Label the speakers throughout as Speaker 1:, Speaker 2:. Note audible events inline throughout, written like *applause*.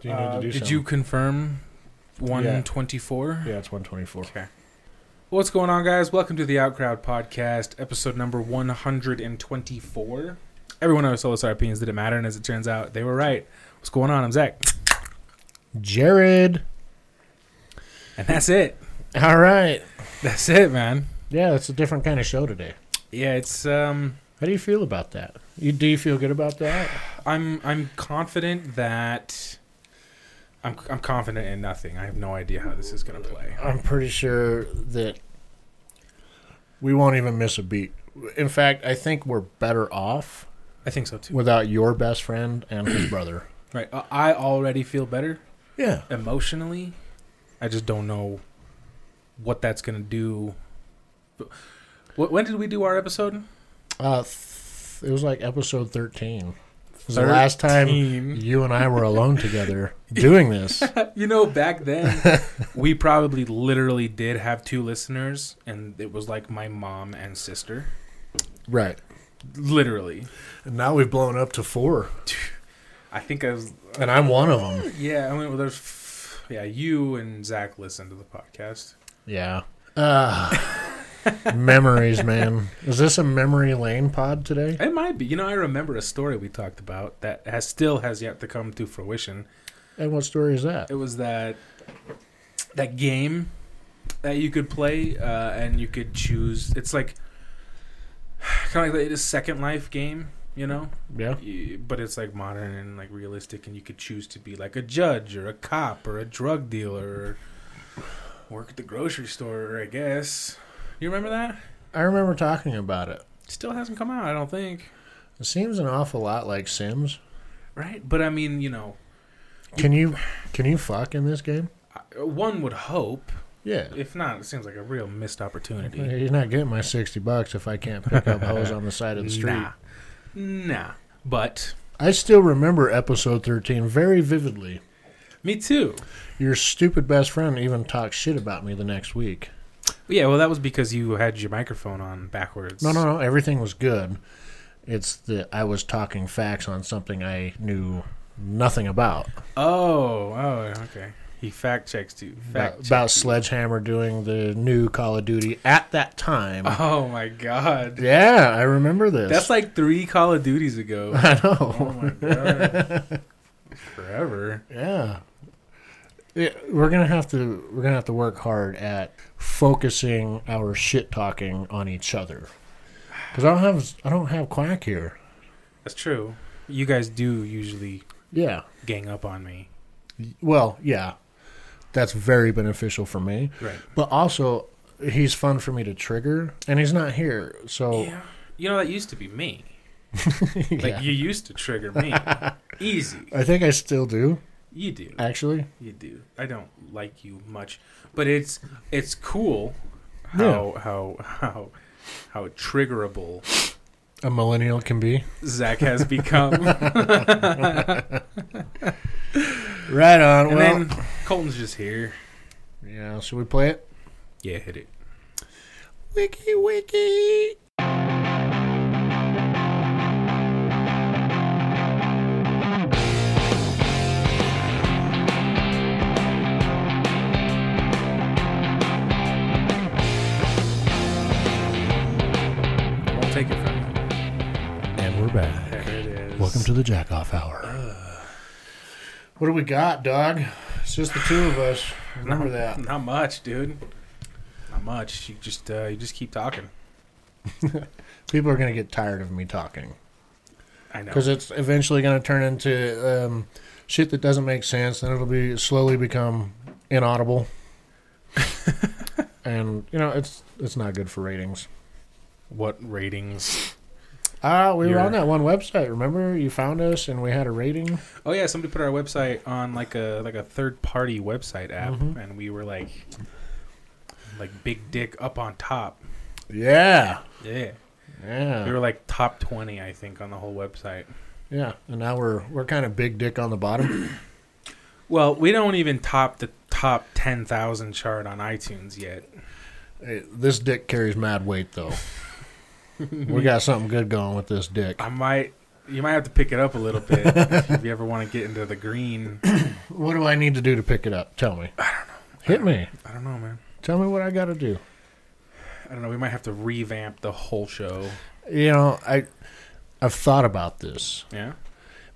Speaker 1: Do you need
Speaker 2: Uh,
Speaker 1: to do
Speaker 2: Did
Speaker 1: some?
Speaker 2: Did you confirm 124?
Speaker 1: Yeah, it's 124.
Speaker 2: Okay. What's going on, guys? Welcome to the Outcrowd Podcast, episode number 124. Everyone knows Solar Star opinions didn't matter, and as it turns out, they were right. What's going on? I'm Zach.
Speaker 1: Jared.
Speaker 2: And *laughs* that's it.
Speaker 1: All right.
Speaker 2: That's it, man.
Speaker 1: Yeah, it's a different kind of show today.
Speaker 2: Yeah, it's um
Speaker 1: How do you feel about that? You do you feel good about that?
Speaker 2: I'm I'm confident that I'm I'm confident in nothing. I have no idea how this is going to play.
Speaker 3: I'm pretty sure that we won't even miss a beat. In fact, I think we're better off
Speaker 2: I think so too.
Speaker 3: without your best friend and his
Speaker 1: *clears throat*
Speaker 3: brother.
Speaker 2: Right. I- I already feel better.
Speaker 3: Yeah.
Speaker 2: emotionally, I just don't know what that's gonna do. But- wh- When did we do our episode?
Speaker 3: Uh, th- it was like episode 13. It was the last time you and I were alone together doing
Speaker 1: *laughs*
Speaker 3: this.
Speaker 2: you know, back then we probably literally did have two listeners, and it was like my mom and sister,
Speaker 3: Right.
Speaker 2: literally.
Speaker 3: And now we've blown up to four.
Speaker 2: I think I was,
Speaker 3: And I'm one of them.
Speaker 2: yeah. I mean, well, there's, f- yeah, you and Zach listened to the podcast.
Speaker 3: Yeah. Uh, memories, man. Is this a memory lane pod today?
Speaker 2: It might be, you know, I remember a story we talked about that has still has yet to come to fruition.
Speaker 3: And what story is that?
Speaker 2: It was that that game that you could play, uh, and you could choose. It's like kind of like the Second Life game, you know,
Speaker 3: Yeah.
Speaker 2: You- but it's like modern and like realistic, and you could choose to be like a judge or a cop or a drug dealer or work at the grocery store. I guess you remember that.
Speaker 3: I remember talking about it.
Speaker 2: Still hasn't come out, I don't think.
Speaker 3: It seems an awful lot like Sims.
Speaker 2: Right, but I mean, you know,
Speaker 3: Can you can you fuck in this game?
Speaker 2: I- one would hope.
Speaker 3: Yeah.
Speaker 2: If not, it seems like a real missed opportunity.
Speaker 3: You're not getting my sixty bucks if I can't pick up hoes on the side of the street.
Speaker 2: Nah. Nah. But
Speaker 3: I still remember episode thirteen very vividly.
Speaker 2: me too.
Speaker 3: Your stupid best friend even talked shit about me the next week.
Speaker 2: Yeah, well, that was because you had your microphone on backwards.
Speaker 3: No, no, no. Everything was good. It's that I was talking facts on something I knew nothing about.
Speaker 2: Oh, oh, okay. He fact checks you. Fact
Speaker 3: About,
Speaker 2: check
Speaker 3: about
Speaker 2: you.
Speaker 3: Sledgehammer doing the new Call of Duty at that time.
Speaker 2: Oh my god,
Speaker 3: yeah, I remember this.
Speaker 2: that's like three Call of Duties ago.
Speaker 3: *laughs* I know.
Speaker 2: oh my god, forever.
Speaker 3: Yeah. Yeah, we're gonna have to we're gonna have to work hard at focusing our shit talking on each other. Because I don't have I don't have quack here.
Speaker 2: That's true. You guys do usually
Speaker 3: Yeah.
Speaker 2: gang up on me,
Speaker 3: Well, yeah. That's very beneficial for me.
Speaker 2: right?
Speaker 3: But also he's fun for me to trigger and he's not here. So
Speaker 2: Yeah, you know that used to be me. Like
Speaker 3: *laughs* yeah.
Speaker 2: you used to trigger me,
Speaker 3: *laughs*
Speaker 2: easy.
Speaker 3: I think I still do,
Speaker 2: You do.
Speaker 3: actually.
Speaker 2: You do. I don't like you much, but it's it's cool how how how how triggerable
Speaker 3: A millennial can be. *laughs*
Speaker 2: Zach has become.
Speaker 3: Right on.
Speaker 2: and
Speaker 3: well,
Speaker 2: then Colton's just here.
Speaker 3: yeah, should we play it?
Speaker 2: Yeah, hit it.
Speaker 3: Wiki wiki.
Speaker 2: I'll take it from you.
Speaker 3: And we're back.
Speaker 2: There it is.
Speaker 3: Welcome to the Jack Off Hour. what do we got, dog? It's just the two of us. Remember
Speaker 2: not,
Speaker 3: that.
Speaker 2: Not much, dude. Not much. You just uh, you just keep talking.
Speaker 3: People are going to get tired of me talking
Speaker 2: I know.
Speaker 3: because it's eventually going to turn into um, shit that doesn't make sense, and it'll be slowly become *laughs* inaudible. and you know, it's it's not good for ratings.
Speaker 2: What ratings?
Speaker 3: Ah, we were
Speaker 2: You're-
Speaker 3: on that one website. Remember, you found us and we had a rating.
Speaker 2: Oh yeah, somebody put our website on like a like a third party website app,
Speaker 3: Mhm.
Speaker 2: and we were like like big dick up on top.
Speaker 3: Yeah,
Speaker 2: Yeah.
Speaker 3: yeah,
Speaker 2: We were like top 20, I think, on the whole website.
Speaker 3: yeah. And now we're we're kind of big dick on the *clears throat* bottom.
Speaker 2: Well, we don't even top the top 10,000 chart on iTunes yet.
Speaker 3: Hey, this *laughs* dick carries mad weight, though. we got something good going with this dick.
Speaker 2: I might You might have to pick it up a
Speaker 3: *laughs*
Speaker 2: little bit if you ever want to get into the green.
Speaker 3: What do I need to do to pick it up? Tell me. I don't know. Hit me.
Speaker 2: I don't know, man.
Speaker 3: Tell me what I got to do.
Speaker 2: I don't know. We might have to revamp the whole show.
Speaker 3: You know, I I've thought about this.
Speaker 2: Yeah.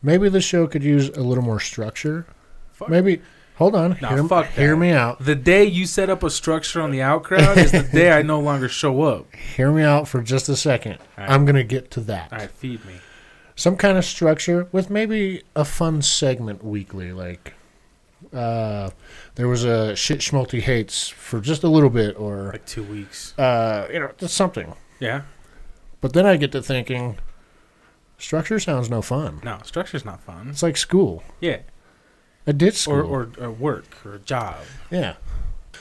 Speaker 3: Maybe the show could use a little more structure.
Speaker 2: Fuck.
Speaker 3: Maybe hold on.
Speaker 2: Nah,
Speaker 3: hear,
Speaker 2: fuck
Speaker 3: hear
Speaker 2: that.
Speaker 3: me out.
Speaker 2: The day you set up a structure on the out crowd is the day I no longer show up.
Speaker 3: Hear me out for just a second.
Speaker 2: right.
Speaker 3: I'm going to get to that.
Speaker 2: All right, feed me.
Speaker 3: Some kind of structure with maybe a fun segment weekly like uh there was a shit schmalty hates for just a little bit or
Speaker 2: Like two weeks.
Speaker 3: uh you know just something.
Speaker 2: Yeah.
Speaker 3: But then I get to thinking structure sounds no fun.
Speaker 2: No, structure's not fun.
Speaker 3: It's like school.
Speaker 2: Yeah.
Speaker 3: I did school.
Speaker 2: Or, or or work or a job.
Speaker 3: Yeah.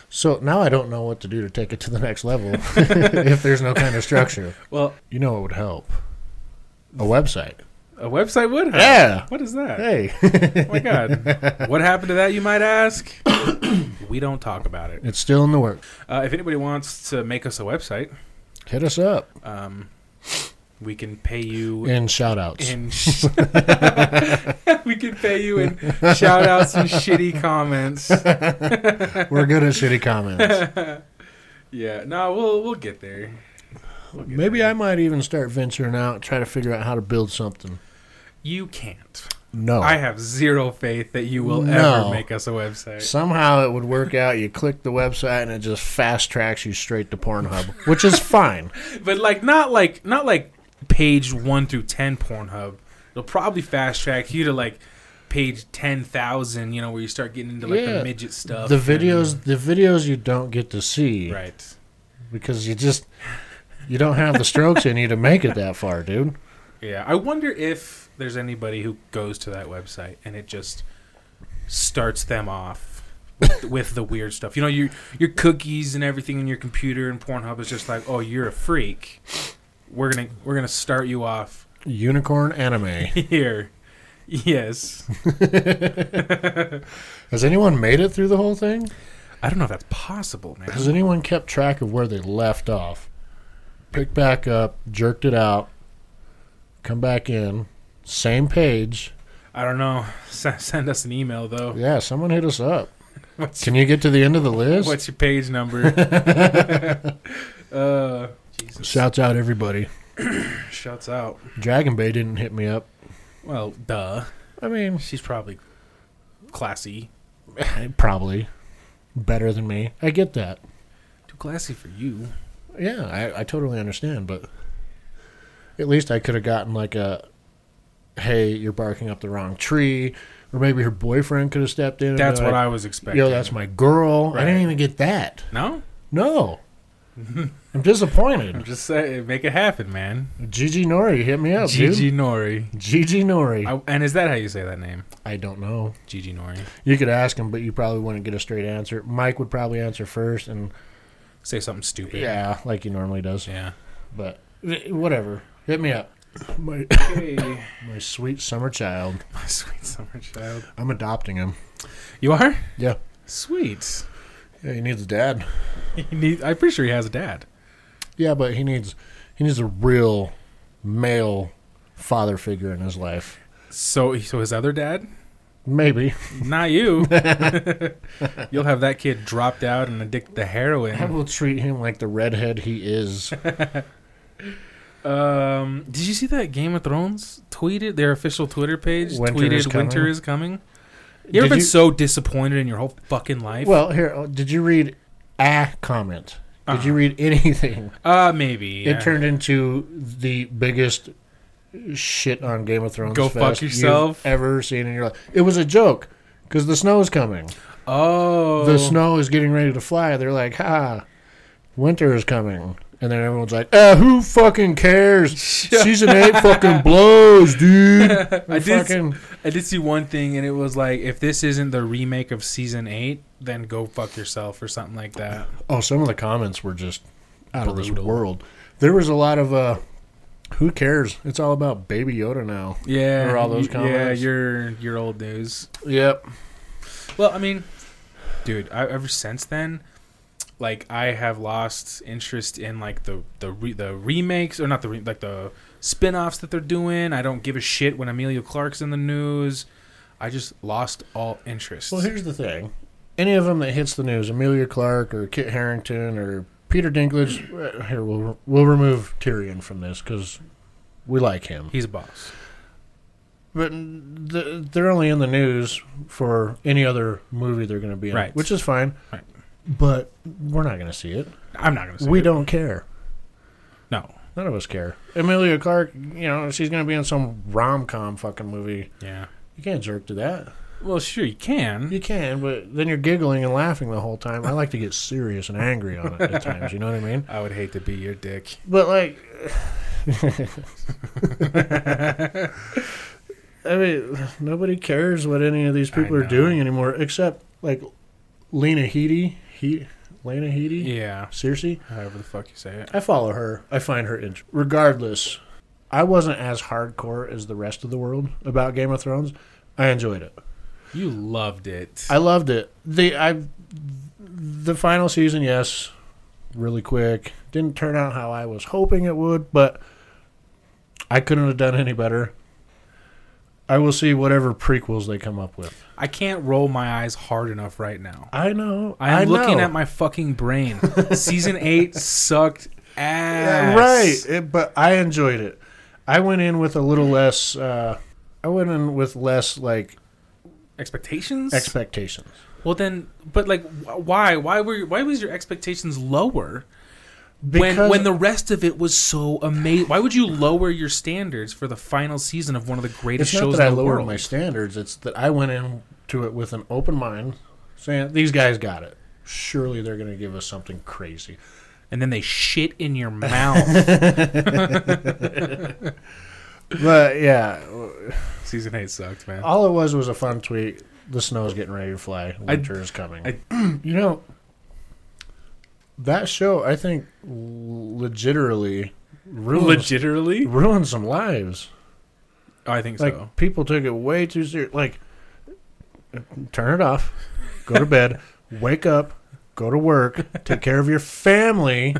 Speaker 3: So now I don't know what to do to take it to the next level *laughs* if there's no kind of structure.
Speaker 2: Well,
Speaker 3: You know what would help? A website.
Speaker 2: a website would. Help.
Speaker 3: Yeah.
Speaker 2: What is that?
Speaker 3: Hey. *laughs*
Speaker 2: Oh my god. what happened to that? You might ask. *coughs* we don't talk about it.
Speaker 3: it's still in the work.
Speaker 2: Uh, if anybody wants to make us a website,
Speaker 3: Hit us up
Speaker 2: um, we can pay you
Speaker 3: in shout outs.
Speaker 2: *laughs* in sh- *laughs* we can pay you in shout outs and shitty comments.
Speaker 3: We're good at shitty comments.
Speaker 2: Yeah, no, we'll we'll get there. We'll get
Speaker 3: Maybe
Speaker 2: there.
Speaker 3: I might even start venturing out and try to figure out how to build something.
Speaker 2: You can't.
Speaker 3: No.
Speaker 2: I have zero faith that you will
Speaker 3: Oh. No.
Speaker 2: ever make us a website.
Speaker 3: Somehow it would work out. You click the website and it just fast tracks you straight to Pornhub, which is fine.
Speaker 2: But like not like not like page one through ten Pornhub. It'll probably fast track you to like page ten thousand, you know, where you start getting into like
Speaker 3: Yeah.
Speaker 2: the midget stuff.
Speaker 3: The
Speaker 2: and-
Speaker 3: videos the videos you don't get to see
Speaker 2: Right.
Speaker 3: because you just you don't have the strokes in you to make it that far, dude.
Speaker 2: Yeah. I wonder if there's anybody who goes to that website and it just starts them off with, *laughs* with the weird stuff. You know, your your cookies and everything in your computer and Pornhub is just like, Oh, you're a freak. We're gonna we're gonna start you off *laughs*
Speaker 3: Unicorn anime.
Speaker 2: here. Yes.
Speaker 3: Has anyone made it through the whole thing?
Speaker 2: I don't know if that's possible, man.
Speaker 3: Has anyone kept track of where they left off? Picked back up, jerked it out, come back in, same page.
Speaker 2: I don't know. *laughs* S- send us an email though.
Speaker 3: Yeah, someone hit us up.
Speaker 2: What's
Speaker 3: Can you get to the end of the list?
Speaker 2: what's your
Speaker 3: *laughs*
Speaker 2: page number? *laughs* uh, Jesus.
Speaker 3: Shouts out everybody.
Speaker 2: Shouts out.
Speaker 3: Dragon Bay didn't hit me up.
Speaker 2: Well, duh.
Speaker 3: I mean,
Speaker 2: She's probably classy.
Speaker 3: probably better than me. I get that.
Speaker 2: Too classy for you.
Speaker 3: Yeah, I, I totally understand, but at least I could have gotten like a hey, you're barking up the wrong tree, or maybe her boyfriend could have stepped in. and
Speaker 2: That's
Speaker 3: been
Speaker 2: what
Speaker 3: like,
Speaker 2: I was expecting.
Speaker 3: Yo, that's my girl. I
Speaker 2: Right.
Speaker 3: didn't even get that.
Speaker 2: No,
Speaker 3: No, I'm
Speaker 2: I'm
Speaker 3: disappointed.
Speaker 2: just saying, make it happen, man.
Speaker 3: Gigi Nori hit me up, Oh, dude.
Speaker 2: Gigi Nori.
Speaker 3: Gigi Nori.
Speaker 2: I, and is that how you say that name?
Speaker 3: I don't know.
Speaker 2: Gigi Nori.
Speaker 3: You could ask him, but you probably wouldn't get a straight answer. Mike would probably answer first, and
Speaker 2: Say something stupid.
Speaker 3: yeah, like he normally does.
Speaker 2: Yeah.
Speaker 3: But eh, whatever. Hit me up. My,
Speaker 2: Hey,
Speaker 3: my sweet summer child.
Speaker 2: *laughs* my sweet summer child.
Speaker 3: I'm adopting him.
Speaker 2: You are?
Speaker 3: Yeah.
Speaker 2: Sweet. *laughs*
Speaker 3: Yeah, he needs a dad.
Speaker 2: He need, I'm pretty sure he has a dad.
Speaker 3: Yeah, but he needs he needs a real male father figure in his life.
Speaker 2: So, so his other dad?
Speaker 3: Maybe. *laughs*
Speaker 2: Not you. You'll have that kid dropped out and addicted to
Speaker 3: I
Speaker 2: heroin.
Speaker 3: will treat him like the redhead he is.
Speaker 2: Um, did you see that Game of Thrones tweeted their official Twitter page?
Speaker 3: Winter
Speaker 2: tweeted
Speaker 3: is coming.
Speaker 2: winter is coming. *laughs* You ever
Speaker 3: Did
Speaker 2: been
Speaker 3: you-
Speaker 2: so disappointed in your whole fucking life?
Speaker 3: Well, here, oh, did you read a comment? Did you read
Speaker 2: *laughs*
Speaker 3: anything?
Speaker 2: uh, maybe. Uh-huh. yeah.
Speaker 3: It turned into the biggest shit on Game of Thrones.
Speaker 2: Go fuck
Speaker 3: fest you've
Speaker 2: yourself.
Speaker 3: ever seen in your life? It was a joke because the snow's coming.
Speaker 2: oh,
Speaker 3: The snow is getting ready to fly. They're like, ha, winter is coming. And then everyone's like, uh, who fucking cares?
Speaker 2: *laughs*
Speaker 3: Season 8 fucking blows, dude.
Speaker 2: I
Speaker 3: I
Speaker 2: did-
Speaker 3: fucking,
Speaker 2: I did see one thing, and it was like, if this isn't the remake of season eight, then go fuck yourself or something like that.
Speaker 3: Oh, some of the comments were just out of this
Speaker 2: Brutal.
Speaker 3: world. There was a lot of, uh, who cares? It's all about Baby Yoda now.
Speaker 2: Yeah,
Speaker 3: Or all those
Speaker 2: y- Yeah,
Speaker 3: comments.
Speaker 2: you're you're old news.
Speaker 3: Yep.
Speaker 2: Well, I mean, dude, I, ever since then, like I have lost interest in like the the re- the remakes or not the re- like the spin-offs that they're doing. I don't give a shit when Amelia Clark's in the news. I just lost all interest.
Speaker 3: Well, here's the thing: any of them that hits the news, Amelia Clark or Kit Harrington or Peter Dinklage. uh, Here, we'll we'll remove Tyrion from this because we like him.
Speaker 2: He's a boss.
Speaker 3: But th- they're only in the news for any other movie they're going to be in,
Speaker 2: Right.
Speaker 3: which is fine.
Speaker 2: Right.
Speaker 3: But we're not going to see it.
Speaker 2: I'm not gonna. Say
Speaker 3: we
Speaker 2: it.
Speaker 3: don't care.
Speaker 2: No.
Speaker 3: None of us care. Amelia Clark, you know, she's going to be in some rom com fucking movie.
Speaker 2: Yeah.
Speaker 3: You can't jerk to that.
Speaker 2: Well, sure you can.
Speaker 3: You can, but then you're giggling and laughing the whole time. I like to get serious and angry on it at times. You know what I mean?
Speaker 2: I would hate to be your dick.
Speaker 3: But *laughs* like, I mean, nobody cares what any of these people
Speaker 2: I
Speaker 3: are
Speaker 2: know.
Speaker 3: doing anymore, except like Lena Headey, he, Lena Headey,
Speaker 2: Yeah.
Speaker 3: Cersei.
Speaker 2: However the fuck you say it.
Speaker 3: I follow her. I find her interesting. Regardless, I wasn't as hardcore as the rest of the world about Game of Thrones. I enjoyed it.
Speaker 2: You loved it.
Speaker 3: I loved it. The I the final season, yes, really quick. Didn't turn out how I was hoping it would, but I couldn't have done any better. I will see whatever prequels they come up with.
Speaker 2: I can't roll my eyes hard enough right now.
Speaker 3: I know.
Speaker 2: I am looking
Speaker 3: know.
Speaker 2: at my
Speaker 3: *laughs*
Speaker 2: fucking brain. Season eight sucked
Speaker 3: Yeah,
Speaker 2: ass.
Speaker 3: right. It- but I enjoyed it. I went in with a little less. Uh, I went in with less like
Speaker 2: Expectations.
Speaker 3: expectations.
Speaker 2: well, then, but like, wh- why? Why were? Why was your expectations lower when
Speaker 3: Because-
Speaker 2: when the rest of it was so amazing? Why would you lower your standards for the final season of one of the greatest
Speaker 3: it's not
Speaker 2: shows
Speaker 3: that I
Speaker 2: in the
Speaker 3: lowered
Speaker 2: world?
Speaker 3: my standards. It's that I went into it with an open mind, saying these guys got it. Surely they're going to give us something crazy.
Speaker 2: and then they shit
Speaker 3: *laughs*
Speaker 2: in your mouth.
Speaker 3: But yeah,
Speaker 2: season eight sucked, man.
Speaker 3: all it was was a fun tweet. The snow's getting ready to fly. Winter is coming.
Speaker 2: I-
Speaker 3: *clears throat* you know, that show I think legitimately ruins,
Speaker 2: Legitimately,
Speaker 3: ruined some lives.
Speaker 2: oh, I think
Speaker 3: Like
Speaker 2: so.
Speaker 3: people took it way too serious. Like, turn it off, go to
Speaker 2: *laughs*
Speaker 3: bed, wake up, go to work, take care of your family.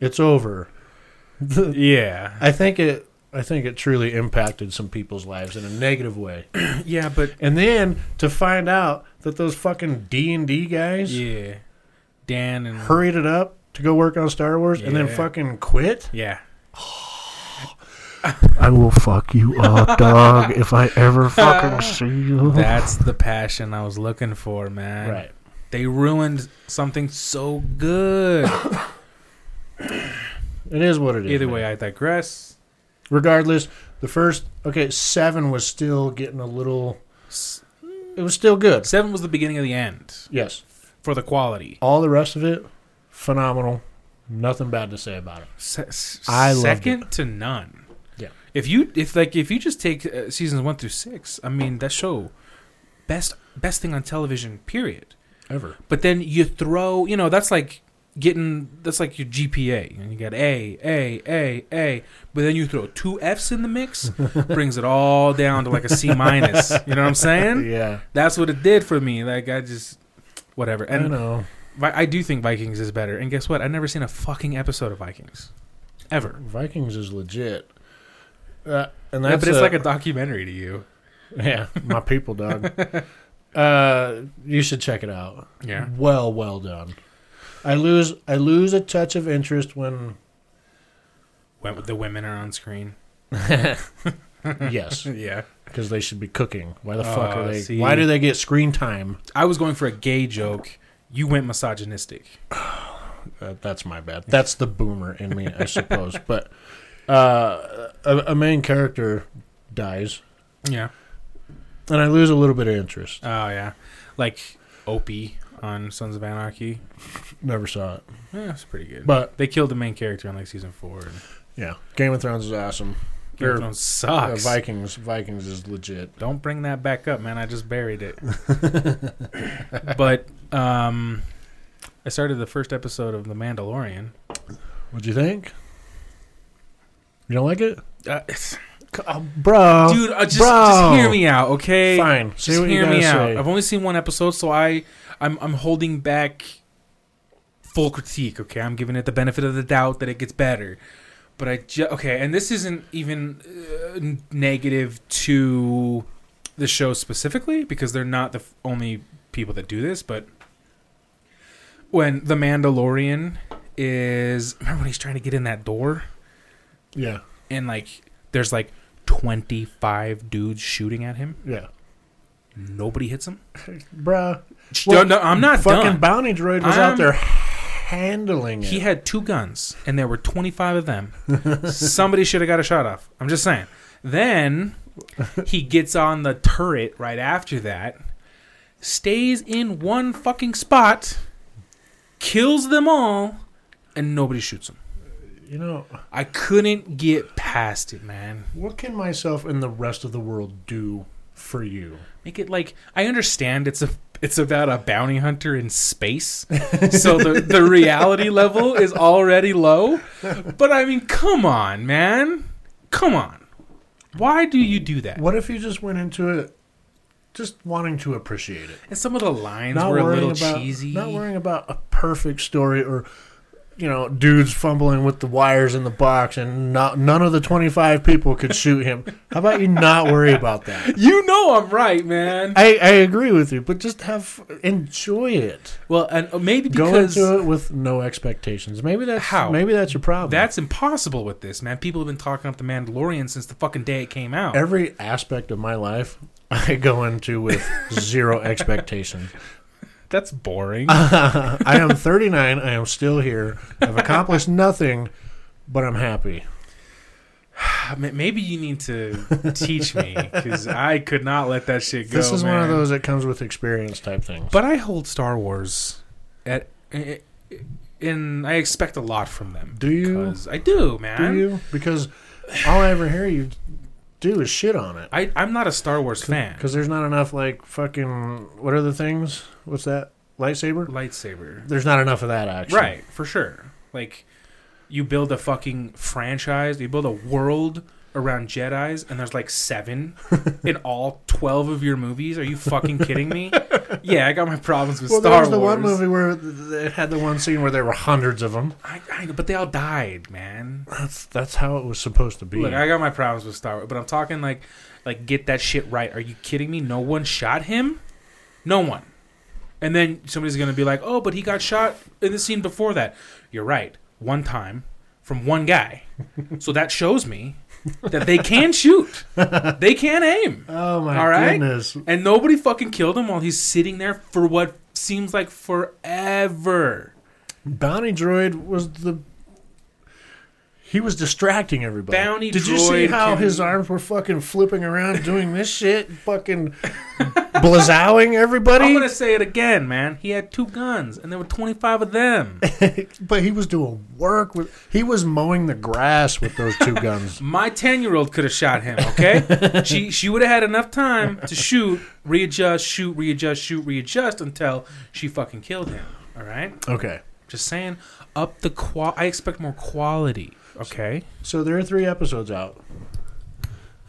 Speaker 3: It's over. *laughs*
Speaker 2: Yeah,
Speaker 3: I think it. I think it truly impacted some people's lives in a negative way.
Speaker 2: yeah, but
Speaker 3: And then to find out that those fucking D and D guys
Speaker 2: yeah, Dan and
Speaker 3: hurried it up to go work on Star Wars and then
Speaker 2: Yeah.
Speaker 3: fucking quit.
Speaker 2: Yeah,
Speaker 3: I will fuck you up, dog, if I ever
Speaker 2: *laughs*
Speaker 3: fucking see you.
Speaker 2: that's the passion I was looking for, man.
Speaker 3: Right.
Speaker 2: They ruined something so
Speaker 3: *coughs*
Speaker 2: good.
Speaker 3: It is what it is.
Speaker 2: Either
Speaker 3: man.
Speaker 2: way, I digress.
Speaker 3: regardless the first okay seven was still getting a little
Speaker 2: S-
Speaker 3: it was still good
Speaker 2: Seven was the beginning of the end
Speaker 3: yes
Speaker 2: for the quality.
Speaker 3: all the rest of it phenomenal nothing bad to say about it
Speaker 2: Se- s-
Speaker 3: I loved
Speaker 2: second to none.
Speaker 3: Yeah.
Speaker 2: If you if like if you just take uh, seasons one through six, I mean that show best best thing on television. Period.
Speaker 3: ever
Speaker 2: But then you throw, you know, that's like getting that's like your GPA, and you got A, A, A, A. But then you throw two Fs in the
Speaker 3: *laughs*
Speaker 2: mix, brings it all down to like a C minus. You know what I'm saying?
Speaker 3: yeah
Speaker 2: That's what it did for me. Like I just whatever.
Speaker 3: i don't
Speaker 2: And
Speaker 3: know
Speaker 2: Vi- I do think Vikings is better. And guess what? I've never seen a fucking episode of Vikings, ever.
Speaker 3: vikings is legit uh, and
Speaker 2: Yeah,
Speaker 3: that's
Speaker 2: but it's
Speaker 3: a-
Speaker 2: like a documentary to you.
Speaker 3: *laughs* yeah my people
Speaker 2: *laughs*
Speaker 3: dog uh you should check it out well well done i lose i lose a touch of interest when
Speaker 2: *laughs* When the women are on screen.
Speaker 3: yes
Speaker 2: Yeah.
Speaker 3: because they should be cooking why the fuck
Speaker 2: Uh,
Speaker 3: are they
Speaker 2: see.
Speaker 3: why do they get screen time
Speaker 2: I was going for a gay joke. You went misogynistic.
Speaker 3: Uh, that's my bad. That's the boomer in me, I *laughs* suppose. But uh, a, a main character dies,
Speaker 2: Yeah.
Speaker 3: and I lose a little bit of interest.
Speaker 2: Oh yeah, like Opie on Sons of Anarchy.
Speaker 3: Never saw it,
Speaker 2: Yeah, it's pretty good.
Speaker 3: but
Speaker 2: they killed the main character in like season four. And
Speaker 3: yeah, Game of Thrones is awesome.
Speaker 2: Game
Speaker 3: Or,
Speaker 2: of Thrones
Speaker 3: Uh,
Speaker 2: sucks.
Speaker 3: Vikings, Vikings is legit.
Speaker 2: Don't bring that back up, man. I just buried
Speaker 3: *laughs*
Speaker 2: it. but um, I started the first episode of The Mandalorian.
Speaker 3: What'd you think? You don't like it,
Speaker 2: Uh,
Speaker 3: C- uh, bro?
Speaker 2: dude, uh, just,
Speaker 3: bro.
Speaker 2: just hear me out, okay?
Speaker 3: fine.
Speaker 2: Just
Speaker 3: Say what you
Speaker 2: hear
Speaker 3: gotta
Speaker 2: me
Speaker 3: say.
Speaker 2: out. I've only seen one episode, so I I'm I'm holding back full critique. Okay, I'm giving it the benefit of the doubt that it gets better, but I ju- okay, and this isn't even uh, n- negative to the show specifically because they're not the f- only people that do this. But when the Mandalorian is, remember when he's trying to get in that door
Speaker 3: Yeah.
Speaker 2: and like there's like 25 dudes shooting at him,
Speaker 3: Yeah.
Speaker 2: nobody hits him.
Speaker 3: *laughs* Bruh.
Speaker 2: No, no, I'm not
Speaker 3: fucking
Speaker 2: done.
Speaker 3: bounty droid was out
Speaker 2: I'm-
Speaker 3: there handling it.
Speaker 2: He had two guns, and there were 25 of them. Somebody should have got a shot off. I'm just saying. Then he gets on the turret right after that, stays in one fucking spot, kills them all, and nobody shoots him.
Speaker 3: you know,
Speaker 2: I couldn't get past it, man.
Speaker 3: what can myself and the rest of the world do for you?
Speaker 2: Make it like I understand it's a it's about a bounty hunter in space. So the, the reality level is already low. But I mean, come on, man. Come on. Why do you do that?
Speaker 3: What if you just went into it just wanting to appreciate it?
Speaker 2: And some of the lines
Speaker 3: Not
Speaker 2: were a
Speaker 3: worrying
Speaker 2: little
Speaker 3: about
Speaker 2: cheesy.
Speaker 3: not worrying about a perfect story or you know, dudes fumbling with the wires in the box and not, none of the 25 people could shoot him. How about you not worry about that?
Speaker 2: You know I'm right, man.
Speaker 3: I, I agree with you, but just have enjoy it.
Speaker 2: well, and uh, maybe
Speaker 3: Go
Speaker 2: because
Speaker 3: into it with no expectations. Maybe that's
Speaker 2: How?
Speaker 3: Maybe that's your problem.
Speaker 2: that's impossible with this, man. People have been talking up the Mandalorian since the fucking day it came out.
Speaker 3: every aspect of my life. *laughs* I go into with zero expectations. *laughs*
Speaker 2: That's boring.
Speaker 3: I am 39. I am still here. I've accomplished nothing, but I'm happy.
Speaker 2: Ma- Maybe you need to teach me because I could not let that shit go.
Speaker 3: This is one of
Speaker 2: man.
Speaker 3: those that comes with experience type things.
Speaker 2: But I hold Star Wars at, i- i- and I expect a lot from them.
Speaker 3: Do you?
Speaker 2: Because I do, man.
Speaker 3: do you? Because all I ever hear you do is shit on it.
Speaker 2: I I'm not a Star Wars fan.
Speaker 3: Because there's not enough like fucking what are the things? What's that lightsaber?
Speaker 2: Lightsaber,
Speaker 3: There's not enough of that action.
Speaker 2: right? For sure. Like you build a fucking franchise, you build a world around Jedi's, and there's like seven
Speaker 3: *laughs*
Speaker 2: in all twelve of your movies. Are you fucking
Speaker 3: *laughs*
Speaker 2: kidding me? yeah, I got my problems with
Speaker 3: Well,
Speaker 2: Star
Speaker 3: there was the
Speaker 2: Wars.
Speaker 3: one movie where they had the one scene where there were hundreds of them.
Speaker 2: I, I know, but they all died, man.
Speaker 3: That's that's how it was supposed to be.
Speaker 2: Look, I got my problems with Star Wars, but I'm talking like, like get that shit right. Are you kidding me? No one shot him. No one. And then somebody's gonna be like, "Oh, but he got shot in the scene before that." You're right. One time from one guy. so that shows me that they can shoot. They can aim.
Speaker 3: oh my
Speaker 2: All right.
Speaker 3: goodness!
Speaker 2: And nobody fucking killed him while he's sitting there for what seems like forever.
Speaker 3: Bounty droid was the. He was distracting everybody.
Speaker 2: Bounty
Speaker 3: Did you see
Speaker 2: droid
Speaker 3: how
Speaker 2: can-
Speaker 3: his arms were fucking flipping around doing
Speaker 2: *laughs*
Speaker 3: this shit, fucking blazowing everybody?
Speaker 2: I'm gonna say it again, man. He had two guns, and there were 25 of them.
Speaker 3: But he was doing work with. He was mowing the grass with those
Speaker 2: *laughs*
Speaker 3: two guns.
Speaker 2: My ten year old could have shot him. Okay, she she would have had enough time to shoot, readjust, shoot, readjust, shoot, readjust until she fucking killed him. All right,
Speaker 3: Okay.
Speaker 2: just saying. Up the qual. I expect more quality. Okay,
Speaker 3: So there are three episodes out.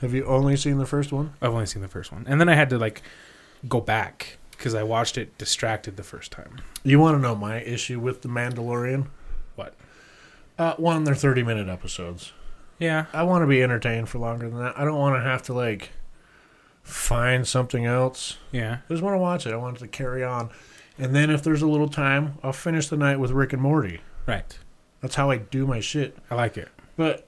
Speaker 3: Have you only seen the first one?
Speaker 2: I've only seen the first one, and then I had to like go back because I watched it distracted the first time.
Speaker 3: You want to know my issue with The Mandalorian?
Speaker 2: What?
Speaker 3: Uh, one, they're 30 minute episodes.
Speaker 2: Yeah,
Speaker 3: I want to be entertained for longer than that. I don't want to have to, like, find something else.
Speaker 2: yeah.
Speaker 3: I just want to watch it. I want it to carry on. And then if there's a little time, I'll finish the night with Rick and Morty.
Speaker 2: Right.
Speaker 3: That's how I do my shit.
Speaker 2: I like it.
Speaker 3: But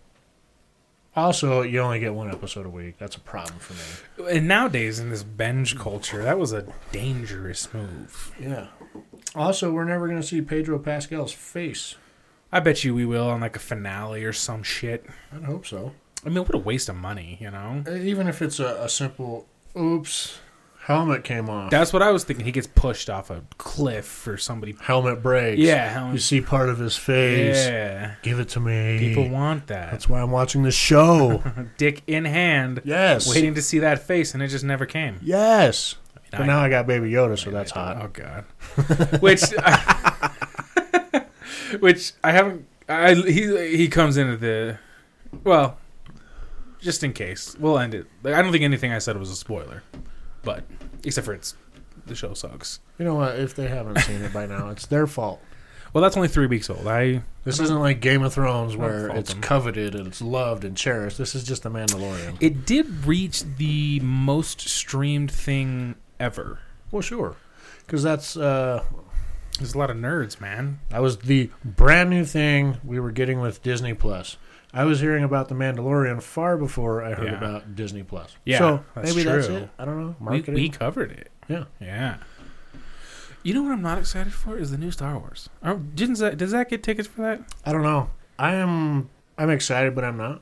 Speaker 3: also, you only get one episode a week. That's a problem for me.
Speaker 2: And nowadays in this binge culture, that was a dangerous move.
Speaker 3: Yeah. Also, we're never going to see Pedro Pascal's face.
Speaker 2: I bet you we will on like a finale or some shit.
Speaker 3: I'd hope so. Uh,
Speaker 2: I mean, what a waste of money, you know?
Speaker 3: Even if it's a, a simple, oops, helmet came off,
Speaker 2: That's what I was thinking. He gets pushed off a cliff or somebody.
Speaker 3: helmet breaks.
Speaker 2: Yeah, how-
Speaker 3: You see part of his face.
Speaker 2: yeah.
Speaker 3: Give it to me.
Speaker 2: People want that.
Speaker 3: That's why I'm watching this show.
Speaker 2: *laughs* Dick in hand,
Speaker 3: yes.
Speaker 2: waiting to see that face, and it just never came.
Speaker 3: Yes. But
Speaker 2: I-
Speaker 3: now I got Baby Yoda, so that's hot.
Speaker 2: Oh god. *laughs* which, *laughs* which I haven't. I he he comes into the, well, just in case we'll end it. Like, I don't think anything I said was a spoiler, but except for it's the show sucks.
Speaker 3: You know what? If they haven't seen it by now, it's their fault.
Speaker 2: Well, that's only three weeks old. I
Speaker 3: This isn't like Game of Thrones
Speaker 2: don't
Speaker 3: where
Speaker 2: fault
Speaker 3: it's
Speaker 2: them.
Speaker 3: coveted and it's loved and cherished. This is just The Mandalorian.
Speaker 2: it did reach the most streamed thing ever.
Speaker 3: Well, sure, because that's uh,
Speaker 2: There's a lot of nerds, man.
Speaker 3: that was the brand new thing we were getting with Disney Plus. I was hearing about The Mandalorian far before I heard
Speaker 2: Yeah.
Speaker 3: about Disney Plus.
Speaker 2: Yeah,
Speaker 3: so
Speaker 2: that's
Speaker 3: maybe that's
Speaker 2: true.
Speaker 3: it. I don't know.
Speaker 2: We,
Speaker 3: Marketing.
Speaker 2: we covered it.
Speaker 3: Yeah.
Speaker 2: Yeah. You know what I'm not excited for is the new Star Wars. Are- Oh, Didn't Zach, does Zach get tickets for that?
Speaker 3: I don't know. I am. I'm excited, but I'm not.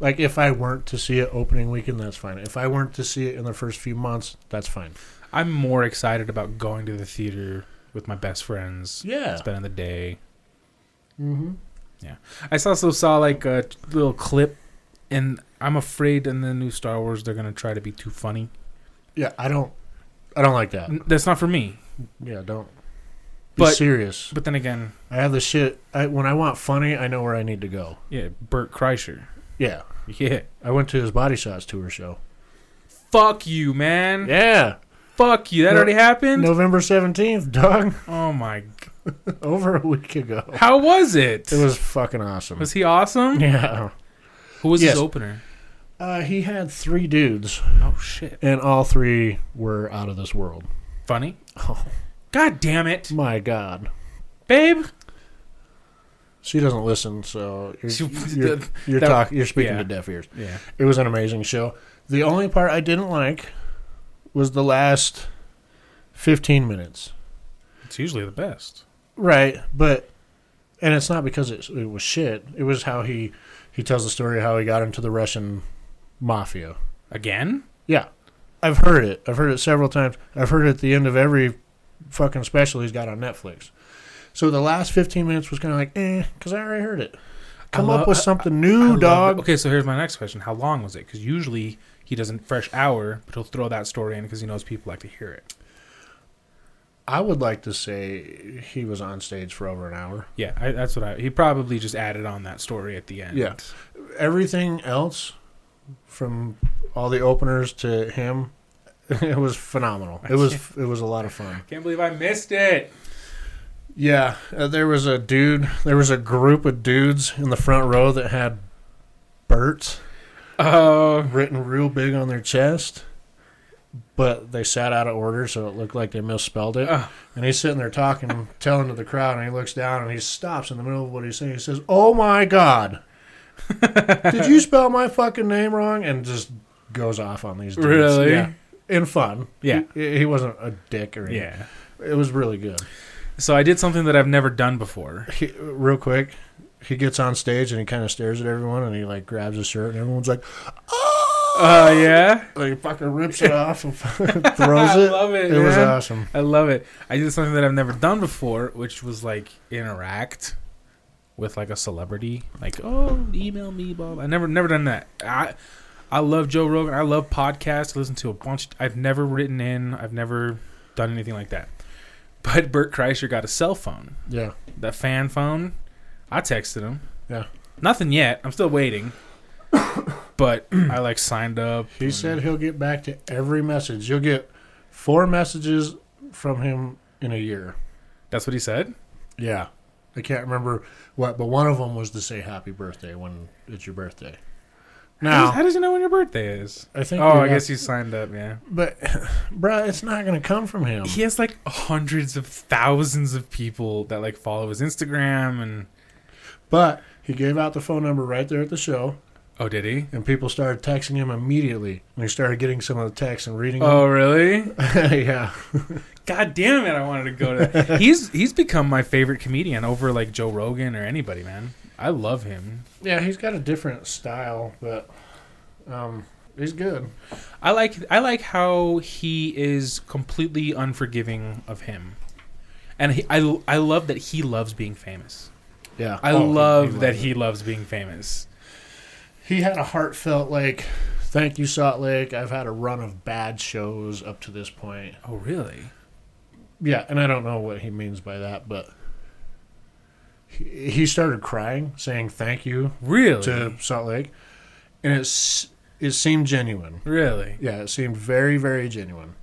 Speaker 3: Like, if I weren't to see it opening weekend, that's fine. If I weren't to see it in the first few months, that's fine.
Speaker 2: I'm more excited about going to the theater with my best friends,
Speaker 3: Yeah.
Speaker 2: spending the day.
Speaker 3: Mm-hmm.
Speaker 2: I also saw like a t- little clip, and I'm afraid in the new Star Wars they're gonna try to be too funny.
Speaker 3: Yeah. I don't. I don't like that.
Speaker 2: N- That's not for me.
Speaker 3: Yeah. Don't. Be
Speaker 2: But-
Speaker 3: serious.
Speaker 2: But then again,
Speaker 3: I have the shit. I, when I want funny, I know where I need to go.
Speaker 2: yeah, Bert Kreischer.
Speaker 3: Yeah.
Speaker 2: Yeah,
Speaker 3: I went to his Body Shots tour show.
Speaker 2: fuck you, man.
Speaker 3: Yeah.
Speaker 2: Fuck you. That
Speaker 3: No-
Speaker 2: already happened.
Speaker 3: November 17th, *laughs* dog.
Speaker 2: Oh my. g-
Speaker 3: Over a week ago.
Speaker 2: How was it?
Speaker 3: It was fucking awesome.
Speaker 2: Was he
Speaker 3: *laughs*
Speaker 2: awesome?
Speaker 3: yeah.
Speaker 2: Who was
Speaker 3: Yes.
Speaker 2: his opener?
Speaker 3: Uh, he had three dudes,
Speaker 2: Oh shit.
Speaker 3: and all three were out of this world.
Speaker 2: Funny.
Speaker 3: Oh,
Speaker 2: God damn it,
Speaker 3: my God.
Speaker 2: babe.
Speaker 3: She doesn't listen, so you're,
Speaker 2: She-
Speaker 3: you're,
Speaker 2: the-
Speaker 3: you're,
Speaker 2: *laughs* that-
Speaker 3: talk, you're speaking
Speaker 2: yeah.
Speaker 3: to deaf ears.
Speaker 2: Yeah.
Speaker 3: It was an amazing show. The only part I didn't like was the last 15 minutes.
Speaker 2: It's usually the best.
Speaker 3: Right, but and it's not because it, it was shit. It was how he he tells the story of how he got into the Russian mafia.
Speaker 2: Again?
Speaker 3: Yeah, I've heard it. I've heard it several times. I've heard it at the end of every fucking special he's got on Netflix. So the last 15 minutes was kind of like, eh, because I already heard it. Come
Speaker 2: lo-
Speaker 3: up with
Speaker 2: I-
Speaker 3: something
Speaker 2: I
Speaker 3: new,
Speaker 2: love
Speaker 3: dog.
Speaker 2: it. Okay, so here's my next question: How long was it? Because usually he doesn't fresh hour, but he'll throw that story in because he knows people like to hear it.
Speaker 3: I would like to say he was on stage for over an hour.
Speaker 2: Yeah, I, that's what I. He probably just added on that story at the end.
Speaker 3: Yeah. Everything else, from all the openers to him, *laughs* it was phenomenal. It *laughs* was it was a lot of fun.
Speaker 2: Can't believe I missed it.
Speaker 3: Yeah, uh, there was a dude. There was a group of dudes in the front row that had Bert
Speaker 2: Oh,
Speaker 3: written real big on their chest, but they sat out of order, so it looked like they misspelled it.
Speaker 2: Ugh.
Speaker 3: And he's sitting there talking, telling to the crowd, and he looks down and he stops in the middle of what he's saying. He says, "Oh my
Speaker 2: *laughs*
Speaker 3: god, did you spell my fucking name wrong?" And just goes off on these dudes.
Speaker 2: Really?
Speaker 3: Yeah. In fun.
Speaker 2: Yeah.
Speaker 3: He, he wasn't a dick or anything.
Speaker 2: yeah.
Speaker 3: It was really good.
Speaker 2: So I did something that I've never done before.
Speaker 3: He, real quick, he gets on stage and he kind of stares at everyone and he like grabs his shirt and everyone's like, "Ah!"
Speaker 2: Oh yeah,
Speaker 3: like he fucking rips it off and *laughs* fucking throws it.
Speaker 2: I love it.
Speaker 3: It was
Speaker 2: man.
Speaker 3: awesome.
Speaker 2: I love it. I did something that I've never done before, which was like interact with like a celebrity. Like, oh, email me, Bob. I never never done that. I I love Joe Rogan. I love podcasts. I listen to a bunch. I've never written in. I've never done anything like that. But Bert Kreischer got a cell phone,
Speaker 3: Yeah.
Speaker 2: that fan phone. I texted him.
Speaker 3: Yeah.
Speaker 2: Nothing yet. I'm still waiting. but I like signed up.
Speaker 3: He said he'll get back to every message. You'll get four messages from him in a year.
Speaker 2: That's what he said.
Speaker 3: Yeah. I can't remember what, but one of them was to say happy birthday when it's your birthday.
Speaker 2: How does-
Speaker 3: Now,
Speaker 2: how does he know when your birthday is?
Speaker 3: I think.
Speaker 2: Oh,
Speaker 3: we
Speaker 2: I
Speaker 3: got-
Speaker 2: guess he signed up. Yeah.
Speaker 3: But, *laughs* bruh, it's not going to come from him.
Speaker 2: he has like hundreds of thousands of people that like follow his Instagram and
Speaker 3: But he gave out the phone number right there at the show,
Speaker 2: oh did he?
Speaker 3: and people started texting him immediately. And he started getting some of the texts and reading them.
Speaker 2: Oh really?
Speaker 3: *laughs* yeah.
Speaker 2: God damn it! I wanted to go to.
Speaker 3: *laughs*
Speaker 2: That. he's he's become my favorite comedian over like Joe Rogan or anybody, man. I love him.
Speaker 3: Yeah, he's got a different style, but um, he's good.
Speaker 2: I like I like how he is completely unforgiving of him, and he, I I love that he loves being famous.
Speaker 3: Yeah.
Speaker 2: I
Speaker 3: Oh, he-
Speaker 2: love
Speaker 3: loves
Speaker 2: that
Speaker 3: it.
Speaker 2: he loves being famous.
Speaker 3: he had a heartfelt like thank you salt lake i've had a run of bad shows up to this point
Speaker 2: Oh really?
Speaker 3: yeah and i don't know what he means by that but he, he started crying saying thank you
Speaker 2: Really?
Speaker 3: to salt lake and it's it seemed genuine
Speaker 2: Really?
Speaker 3: yeah it seemed very very genuine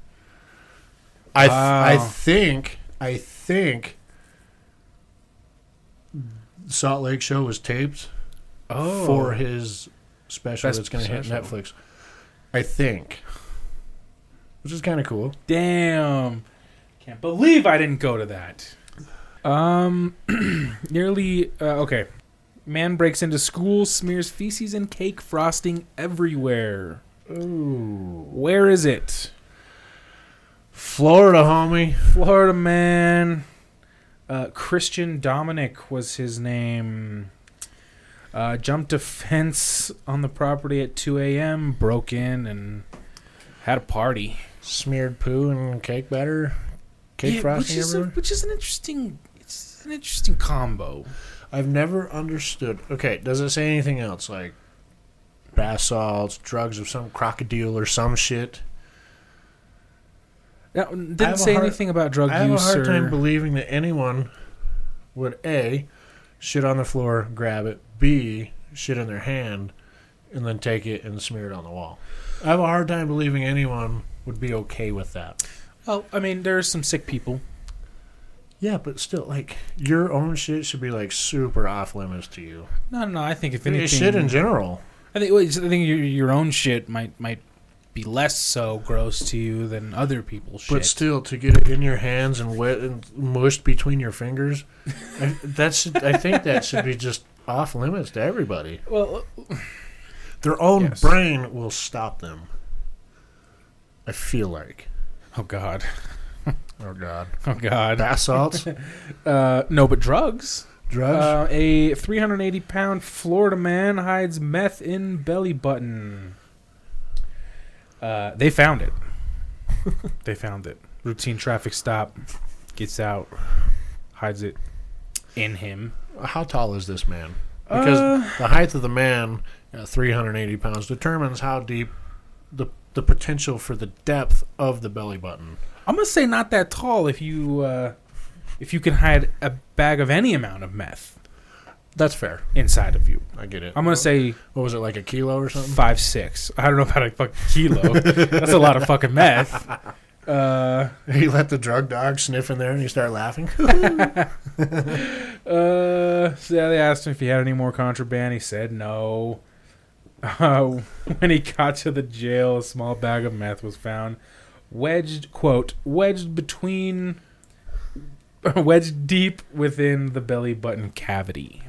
Speaker 3: i th- i
Speaker 2: Wow.
Speaker 3: think i think Salt Lake show was taped
Speaker 2: Oh,
Speaker 3: for his special
Speaker 2: Best
Speaker 3: that's going to hit
Speaker 2: special.
Speaker 3: Netflix. I think, which is kind of cool.
Speaker 2: damn! Can't believe I didn't go to that. Um, *clears throat* nearly. Uh, okay, man breaks into school, smears feces and cake frosting everywhere.
Speaker 3: Ooh,
Speaker 2: Where is it?
Speaker 3: Florida, homie.
Speaker 2: Florida man. Uh, Christian Dominic was his name. Uh, jumped a fence on the property at 2 a.m., broke in, and had a party.
Speaker 3: Smeared poo and cake batter, cake frosting
Speaker 2: which is, a-
Speaker 3: everywhere.
Speaker 2: which is an interesting, it's an interesting combo.
Speaker 3: i I've never understood. Okay, does it say anything else like bath salts, drugs of some crocodile or some shit?
Speaker 2: Now,
Speaker 3: I have
Speaker 2: didn't
Speaker 3: a
Speaker 2: say
Speaker 3: hard-
Speaker 2: anything about drug
Speaker 3: I have a
Speaker 2: use
Speaker 3: hard
Speaker 2: or
Speaker 3: time believing that anyone would a shit on the floor, grab it, b shit in their hand, and then take it and smear it on the wall. I have a hard time believing anyone would be okay with that.
Speaker 2: well, I mean, there are some sick people.
Speaker 3: Yeah, but still, like your own shit should be like super off limits to you.
Speaker 2: No, no, no. I think if anything,
Speaker 3: Anything, shit in general.
Speaker 2: I think well, I think your your own shit might might be less so gross to you than other people's shit.
Speaker 3: But still, to get it in your hands and wet and mushed between your fingers, I, that's I think that should be just off limits to everybody.
Speaker 2: well,
Speaker 3: Their own
Speaker 2: Yes.
Speaker 3: brain will stop them. I feel like.
Speaker 2: oh god,
Speaker 3: Oh God!
Speaker 2: oh god.
Speaker 3: Bath
Speaker 2: *laughs*
Speaker 3: salts,
Speaker 2: Uh, no, but drugs.
Speaker 3: drugs.
Speaker 2: Uh, a 380 pound Florida man hides meth in belly button. Uh, they found
Speaker 3: *laughs*
Speaker 2: it. they found it. Routine traffic stop. Gets out. Hides it in him.
Speaker 3: How tall is this man? Because
Speaker 2: Uh,
Speaker 3: the height of the man uh, at 380 pounds determines how deep the the potential for the depth of the belly button.
Speaker 2: I'm gonna say not that tall. If you uh, if you can hide a bag of any amount of meth
Speaker 3: That's fair.
Speaker 2: inside of you,
Speaker 3: I get it.
Speaker 2: I'm gonna say
Speaker 3: what was it like a kilo or something?
Speaker 2: five six. I don't know about a fucking kilo. That's a lot of
Speaker 3: *laughs*
Speaker 2: fucking meth. Uh,
Speaker 3: He let the drug dog sniff in there, and he started laughing.
Speaker 2: uh, so yeah, they asked him if he had any more contraband. He said no. Uh, *laughs* when he got to the jail, a small bag of meth was found, wedged quote wedged between, *laughs* wedged deep within the belly button cavity.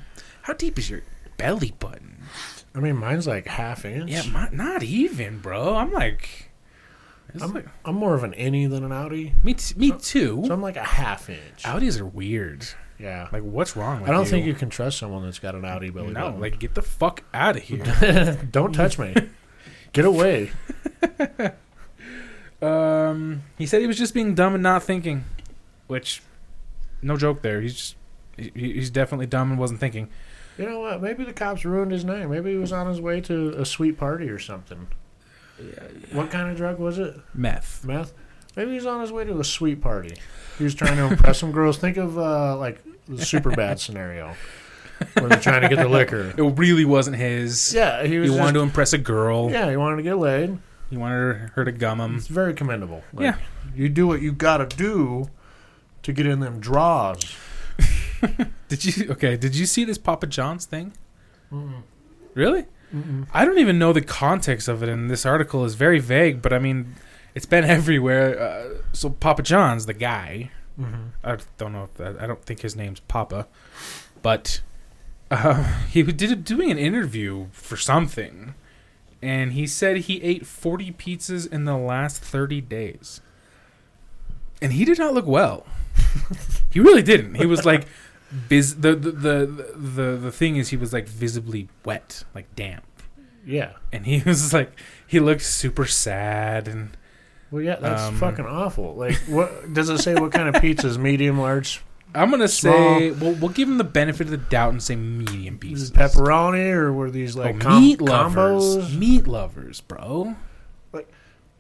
Speaker 2: How deep is your belly button?
Speaker 3: I mean, mine's like half inch.
Speaker 2: Yeah, my, not even, bro. I'm like, it's
Speaker 3: I'm,
Speaker 2: like-
Speaker 3: I'm more of an innie than an outie,
Speaker 2: me, t- me too.
Speaker 3: so I'm like a half inch.
Speaker 2: Audis are weird.
Speaker 3: Yeah,
Speaker 2: Like, what's wrong with
Speaker 3: I don't think you can trust someone that's got an outie belly
Speaker 2: no,
Speaker 3: button.
Speaker 2: like, get the fuck out of here.
Speaker 3: *laughs* don't touch me. Get away.
Speaker 2: um, he said he was just being dumb and not thinking, which, no joke there. He's just, he, he's definitely dumb and wasn't thinking.
Speaker 3: You know what? Maybe the cops ruined his night. Maybe he was on his way to a sweet party or something. What kind of drug was it?
Speaker 2: Meth.
Speaker 3: Meth? Maybe he's on his way to a sweet party. He was trying to impress some girls. Think of uh, like the super bad scenario where they're trying to get the
Speaker 2: *laughs*
Speaker 3: liquor.
Speaker 2: It really wasn't his.
Speaker 3: Yeah, he
Speaker 2: he
Speaker 3: was.
Speaker 2: wanted
Speaker 3: just-
Speaker 2: to impress a girl.
Speaker 3: yeah, he wanted to get laid.
Speaker 2: He wanted her, her to gum him.
Speaker 3: It's very commendable.
Speaker 2: Yeah.
Speaker 3: you do what you gotta do to get in them draws.
Speaker 2: Did you okay? Did you see this Papa John's thing?
Speaker 3: Mm-mm.
Speaker 2: Really?
Speaker 3: Mm-mm.
Speaker 2: I don't even know the context of it, and this article is very vague. But I mean, it's been *laughs* everywhere. Uh, so Papa John's the guy.
Speaker 3: Mm-hmm.
Speaker 2: I don't know. If that, I don't think his name's Papa, but uh, *laughs* he did doing an interview for something, and he said he ate forty pizzas in the last thirty days, and he did not look well. he really didn't. He was like. Vis- the, the the the the thing is he was like visibly wet like damp
Speaker 3: Yeah.
Speaker 2: and he *laughs* was like he looked super sad and
Speaker 3: Well, yeah, that's
Speaker 2: Um,
Speaker 3: fucking awful. Like, what does it say? What kind of
Speaker 2: *laughs*
Speaker 3: pizzas? Medium, large,
Speaker 2: i'm gonna
Speaker 3: Small.
Speaker 2: say we'll, well give him the benefit of the doubt and say medium pieces
Speaker 3: pepperoni, or were these
Speaker 2: Oh,
Speaker 3: like com-
Speaker 2: meat lovers
Speaker 3: combos?
Speaker 2: meat lovers bro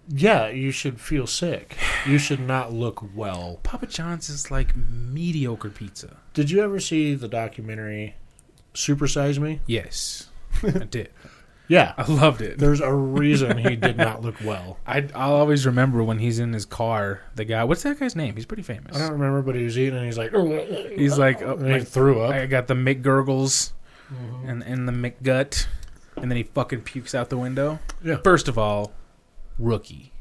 Speaker 3: Yeah, you should feel sick. You should not look well.
Speaker 2: papa john's is like mediocre pizza
Speaker 3: Did you ever see the documentary Super Size Me? *laughs*
Speaker 2: yes i did
Speaker 3: Yeah.
Speaker 2: I loved it.
Speaker 3: There's a reason he did not look
Speaker 2: *laughs*
Speaker 3: well.
Speaker 2: I, I'll always remember when he's in his car. The guy, what's that guy's name? He's pretty famous.
Speaker 3: I don't remember, but he was eating and he's like,
Speaker 2: He's like, oh,
Speaker 3: and he
Speaker 2: my-
Speaker 3: threw up.
Speaker 2: I got the McGurgles
Speaker 3: Mm-hmm.
Speaker 2: and and the McGut, and then he fucking pukes out the window.
Speaker 3: Yeah.
Speaker 2: First of all,
Speaker 3: *laughs*
Speaker 2: rookie.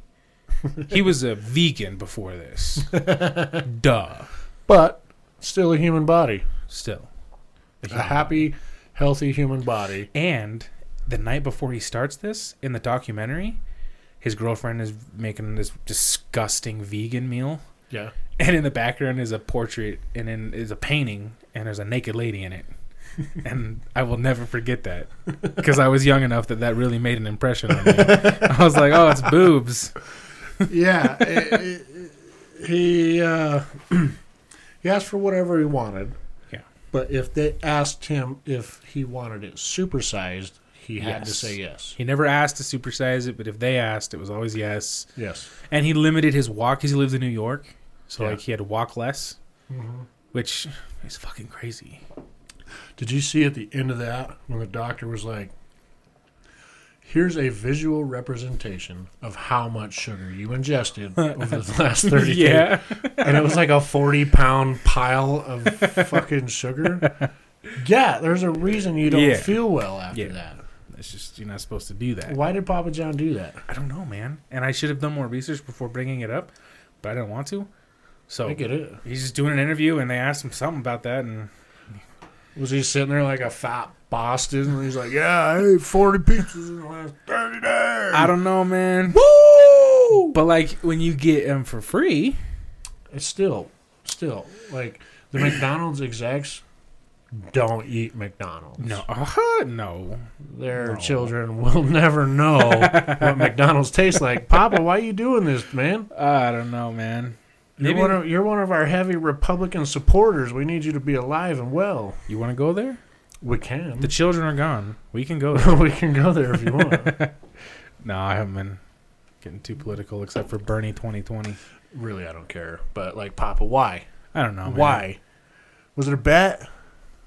Speaker 2: he was a vegan before this. Duh.
Speaker 3: but still a human body.
Speaker 2: Still.
Speaker 3: A happy, healthy human body.
Speaker 2: And the night before he starts this in the documentary, his girlfriend is making this disgusting vegan meal.
Speaker 3: *laughs*
Speaker 2: *laughs*
Speaker 3: Yeah.
Speaker 2: And in the background is a portrait and then is a painting and there's a naked lady in it. and I will never forget that because I was young enough that that really made an impression on me. I was like, "Oh, it's boobs."
Speaker 3: yeah, it- it- it- he uh, *clears throat* he asked for whatever he wanted.
Speaker 2: Yeah.
Speaker 3: but if they asked him if he wanted it supersized, he had to
Speaker 2: Yes.
Speaker 3: say yes.
Speaker 2: He never asked to supersize it, but if they asked, it was always yes.
Speaker 3: Yes.
Speaker 2: And he limited his walk because he lives in New York, so
Speaker 3: Yeah.
Speaker 2: like he had to walk less, which is fucking crazy.
Speaker 3: Did you see at the end of that when the doctor was like, "Here's a visual representation of how much sugar you ingested over the
Speaker 2: *laughs*
Speaker 3: last thirty days."
Speaker 2: yeah,
Speaker 3: and it was like a 40 pound pile
Speaker 2: *laughs*
Speaker 3: of fucking sugar. Yeah, there's a reason you don't
Speaker 2: Yeah.
Speaker 3: feel well after
Speaker 2: Yeah.
Speaker 3: that.
Speaker 2: it's just you're not supposed to do that.
Speaker 3: Why did Papa John do that?
Speaker 2: I don't know, man. And I should have done more research before bringing it up, but I didn't want to. So
Speaker 3: I get it.
Speaker 2: he's just doing an interview, and they asked him something about that, and
Speaker 3: Was he sitting there like a fat Boston? And he's like, Yeah, I ate 40 pizzas in the last 30 days.
Speaker 2: I don't know, man.
Speaker 3: Woo!
Speaker 2: But like when you get them for free,
Speaker 3: It's still, still, like the McDonald's execs don't eat McDonald's.
Speaker 2: *laughs* no, uh no,
Speaker 3: Their
Speaker 2: No.
Speaker 3: children will *laughs* never know
Speaker 2: *laughs*
Speaker 3: what McDonald's tastes like. Papa, why you doing this, man?
Speaker 2: I don't know, man.
Speaker 3: You're
Speaker 2: Maybe-
Speaker 3: one, of, you're one of our heavy Republican supporters. We need you to be alive and well.
Speaker 2: You want to go there?
Speaker 3: We can. *laughs*
Speaker 2: The children are gone. We can go. There. *laughs*
Speaker 3: we can go there if you want.
Speaker 2: No, I haven't been getting too political, except for Bernie 2020.
Speaker 3: *laughs* really, I don't care. But, like, Papa, why?
Speaker 2: I don't know. man.
Speaker 3: why? Oh, Was it a bet?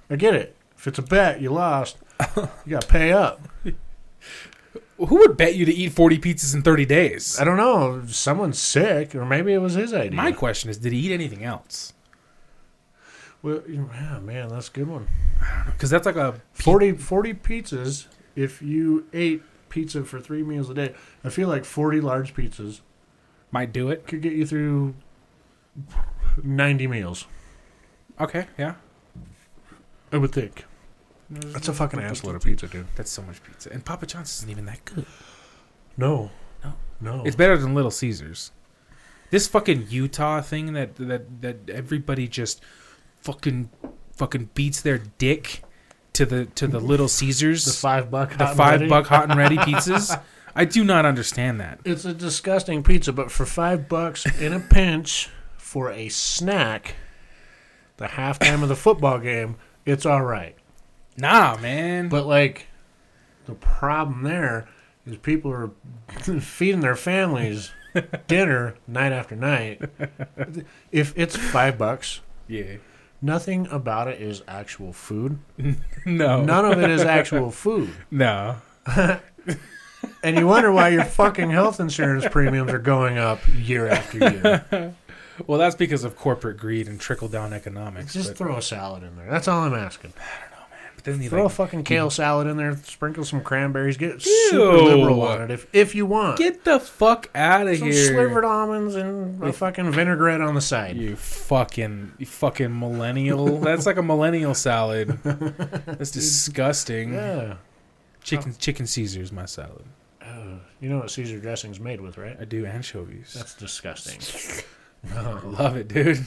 Speaker 3: I get it. If it's a bet, you lost. you got to pay up.
Speaker 2: Who would bet you to eat 40 pizzas in 30 days?
Speaker 3: I don't know. Someone's sick, or maybe it was his idea.
Speaker 2: My question is, did he eat anything else?
Speaker 3: Well, yeah, man, that's a good one.
Speaker 2: Because that's like a
Speaker 3: 40, 40 pizzas if you ate pizza for three meals a day. I feel like 40 large pizzas
Speaker 2: might do it.
Speaker 3: could get you through 90 meals,
Speaker 2: Okay, yeah. Mm,
Speaker 3: I would think. That's a fucking assload of pizza, dude.
Speaker 2: That's so much pizza, and Papa John's isn't even that good.
Speaker 3: No.
Speaker 2: No.
Speaker 3: No.
Speaker 2: It's better than Little Caesars. This fucking Utah thing that that that everybody just fucking fucking beats their dick to the
Speaker 3: *laughs*
Speaker 2: to the Little Caesars,
Speaker 3: the five buck.
Speaker 2: the
Speaker 3: hot and
Speaker 2: five
Speaker 3: ready.
Speaker 2: buck hot and ready
Speaker 3: *laughs*
Speaker 2: pizzas. I do not understand that.
Speaker 3: It's a disgusting pizza, but for five bucks in a pinch for a snack, the halftime of the football game, it's all right.
Speaker 2: Nah, man.
Speaker 3: But like, the problem there is people are *laughs* feeding their
Speaker 2: *laughs*
Speaker 3: families dinner night after night. If it's five bucks,
Speaker 2: yeah. *laughs*
Speaker 3: nothing about it is actual food.
Speaker 2: No. No.
Speaker 3: None of it is actual food.
Speaker 2: No.
Speaker 3: And you wonder why your fucking health insurance premiums are going up year after
Speaker 2: *laughs*
Speaker 3: year.
Speaker 2: Well, that's because of corporate greed and trickle down economics.
Speaker 3: Just
Speaker 2: but,
Speaker 3: throw a salad in there. That's all I'm asking.
Speaker 2: but then you
Speaker 3: Throw a
Speaker 2: like,
Speaker 3: fucking kale salad in there, sprinkle some cranberries, get super liberal on it if, if you want.
Speaker 2: get the fuck out of
Speaker 3: some
Speaker 2: here.
Speaker 3: slivered almonds and a fucking vinaigrette on the side.
Speaker 2: You fucking you fucking
Speaker 3: *laughs*
Speaker 2: millennial. That's like a millennial salad. That's disgusting.
Speaker 3: Yeah.
Speaker 2: Chicken chicken Caesar's my salad.
Speaker 3: Oh, you know what Caesar dressing's made with, right?
Speaker 2: I do anchovies.
Speaker 3: That's
Speaker 2: *laughs*
Speaker 3: disgusting. Oh,
Speaker 2: Love
Speaker 3: *laughs*
Speaker 2: it, dude.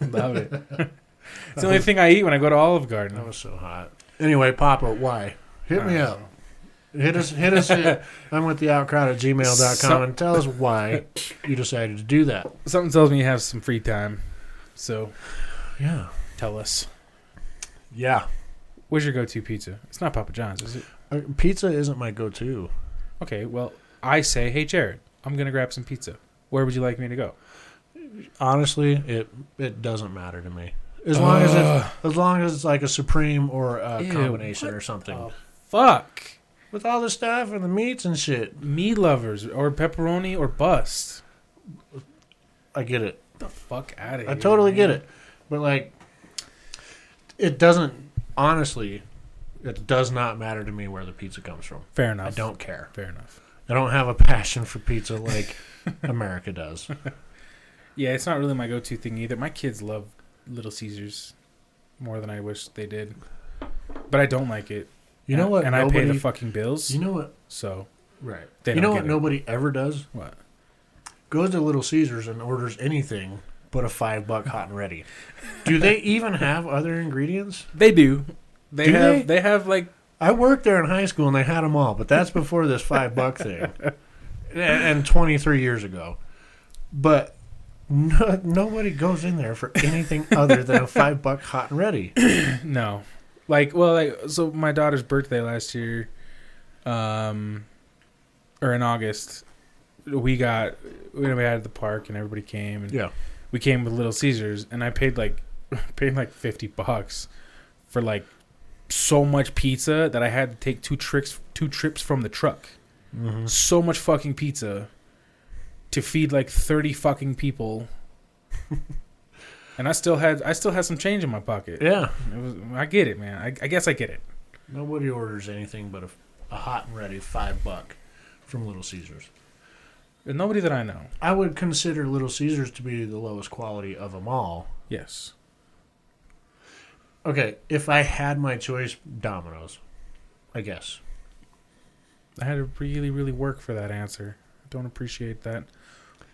Speaker 2: Love it. It's the only thing I eat when I go to Olive Garden.
Speaker 3: That was so hot. Anyway, Papa, why? Hit me
Speaker 2: Uh,
Speaker 3: up. Hit us, hit us.
Speaker 2: *laughs*
Speaker 3: at, I'm with the outcrowd at gmail.com
Speaker 2: Some-
Speaker 3: and tell us why you decided to do that.
Speaker 2: Something tells me you have some free time. So
Speaker 3: Yeah.
Speaker 2: tell us.
Speaker 3: Yeah.
Speaker 2: Where's your go to pizza? It's not Papa John's, is it?
Speaker 3: Uh, Pizza isn't my go to.
Speaker 2: Okay, well, I say, hey Jared, I'm gonna grab some pizza. Where would you like me to go?
Speaker 3: Honestly, it it doesn't matter to me. As long as
Speaker 2: Ugh.
Speaker 3: it's, as long as it's like a supreme or a
Speaker 2: Ew,
Speaker 3: combination
Speaker 2: what
Speaker 3: or something.
Speaker 2: Oh, fuck.
Speaker 3: with all the stuff and the meats and shit.
Speaker 2: Me lovers or pepperoni or bust.
Speaker 3: I get it.
Speaker 2: Get the fuck out of here.
Speaker 3: I totally
Speaker 2: man.
Speaker 3: get it. But like it doesn't honestly it does not matter to me where the pizza comes from.
Speaker 2: Fair enough.
Speaker 3: I don't care.
Speaker 2: Fair enough.
Speaker 3: I don't have a passion for pizza
Speaker 2: *laughs*
Speaker 3: like America does.
Speaker 2: Yeah, it's not really my go-to thing either. My kids love Little Caesars more than I wish they did, but I don't like it.
Speaker 3: You know
Speaker 2: And-
Speaker 3: what?
Speaker 2: And I pay
Speaker 3: nobody-
Speaker 2: the fucking bills.
Speaker 3: You know what?
Speaker 2: so
Speaker 3: Right.
Speaker 2: They
Speaker 3: you
Speaker 2: don't
Speaker 3: know
Speaker 2: get
Speaker 3: what
Speaker 2: it.
Speaker 3: nobody ever does?
Speaker 2: what?
Speaker 3: Goes to Little Caesars and orders anything but a five buck hot and ready. Do
Speaker 2: *laughs*
Speaker 3: they even have other ingredients?
Speaker 2: They do. They
Speaker 3: Do
Speaker 2: have.
Speaker 3: they?
Speaker 2: They? have like.
Speaker 3: I worked there in high school and they had them all, but that's before this five buck
Speaker 2: *laughs*
Speaker 3: thing, and, and twenty three years ago. But no, nobody goes in there for anything other than a five buck hot and ready.
Speaker 2: No, like well, like so. My daughter's birthday last year, um, or in August, we got we had it at the park and everybody came and
Speaker 3: Yeah.
Speaker 2: we came with Little Caesars and I paid like *laughs* paid like fifty bucks for like so much pizza that I had to take two tricks two trips from the truck.
Speaker 3: Mm-hmm.
Speaker 2: So much fucking pizza to feed like thirty fucking
Speaker 3: *laughs*
Speaker 2: people. And I still had I still had some change in my pocket.
Speaker 3: Yeah,
Speaker 2: It was, I get it, man. I, I guess I get it.
Speaker 3: nobody orders anything but a, a hot and ready five buck from Little Caesars.
Speaker 2: There's nobody that I know.
Speaker 3: I would consider Little Caesars to be the lowest quality of them all.
Speaker 2: Yes.
Speaker 3: Okay, if I had my choice, Domino's, I guess. *laughs*
Speaker 2: I had to really, really work for that answer. I don't appreciate that.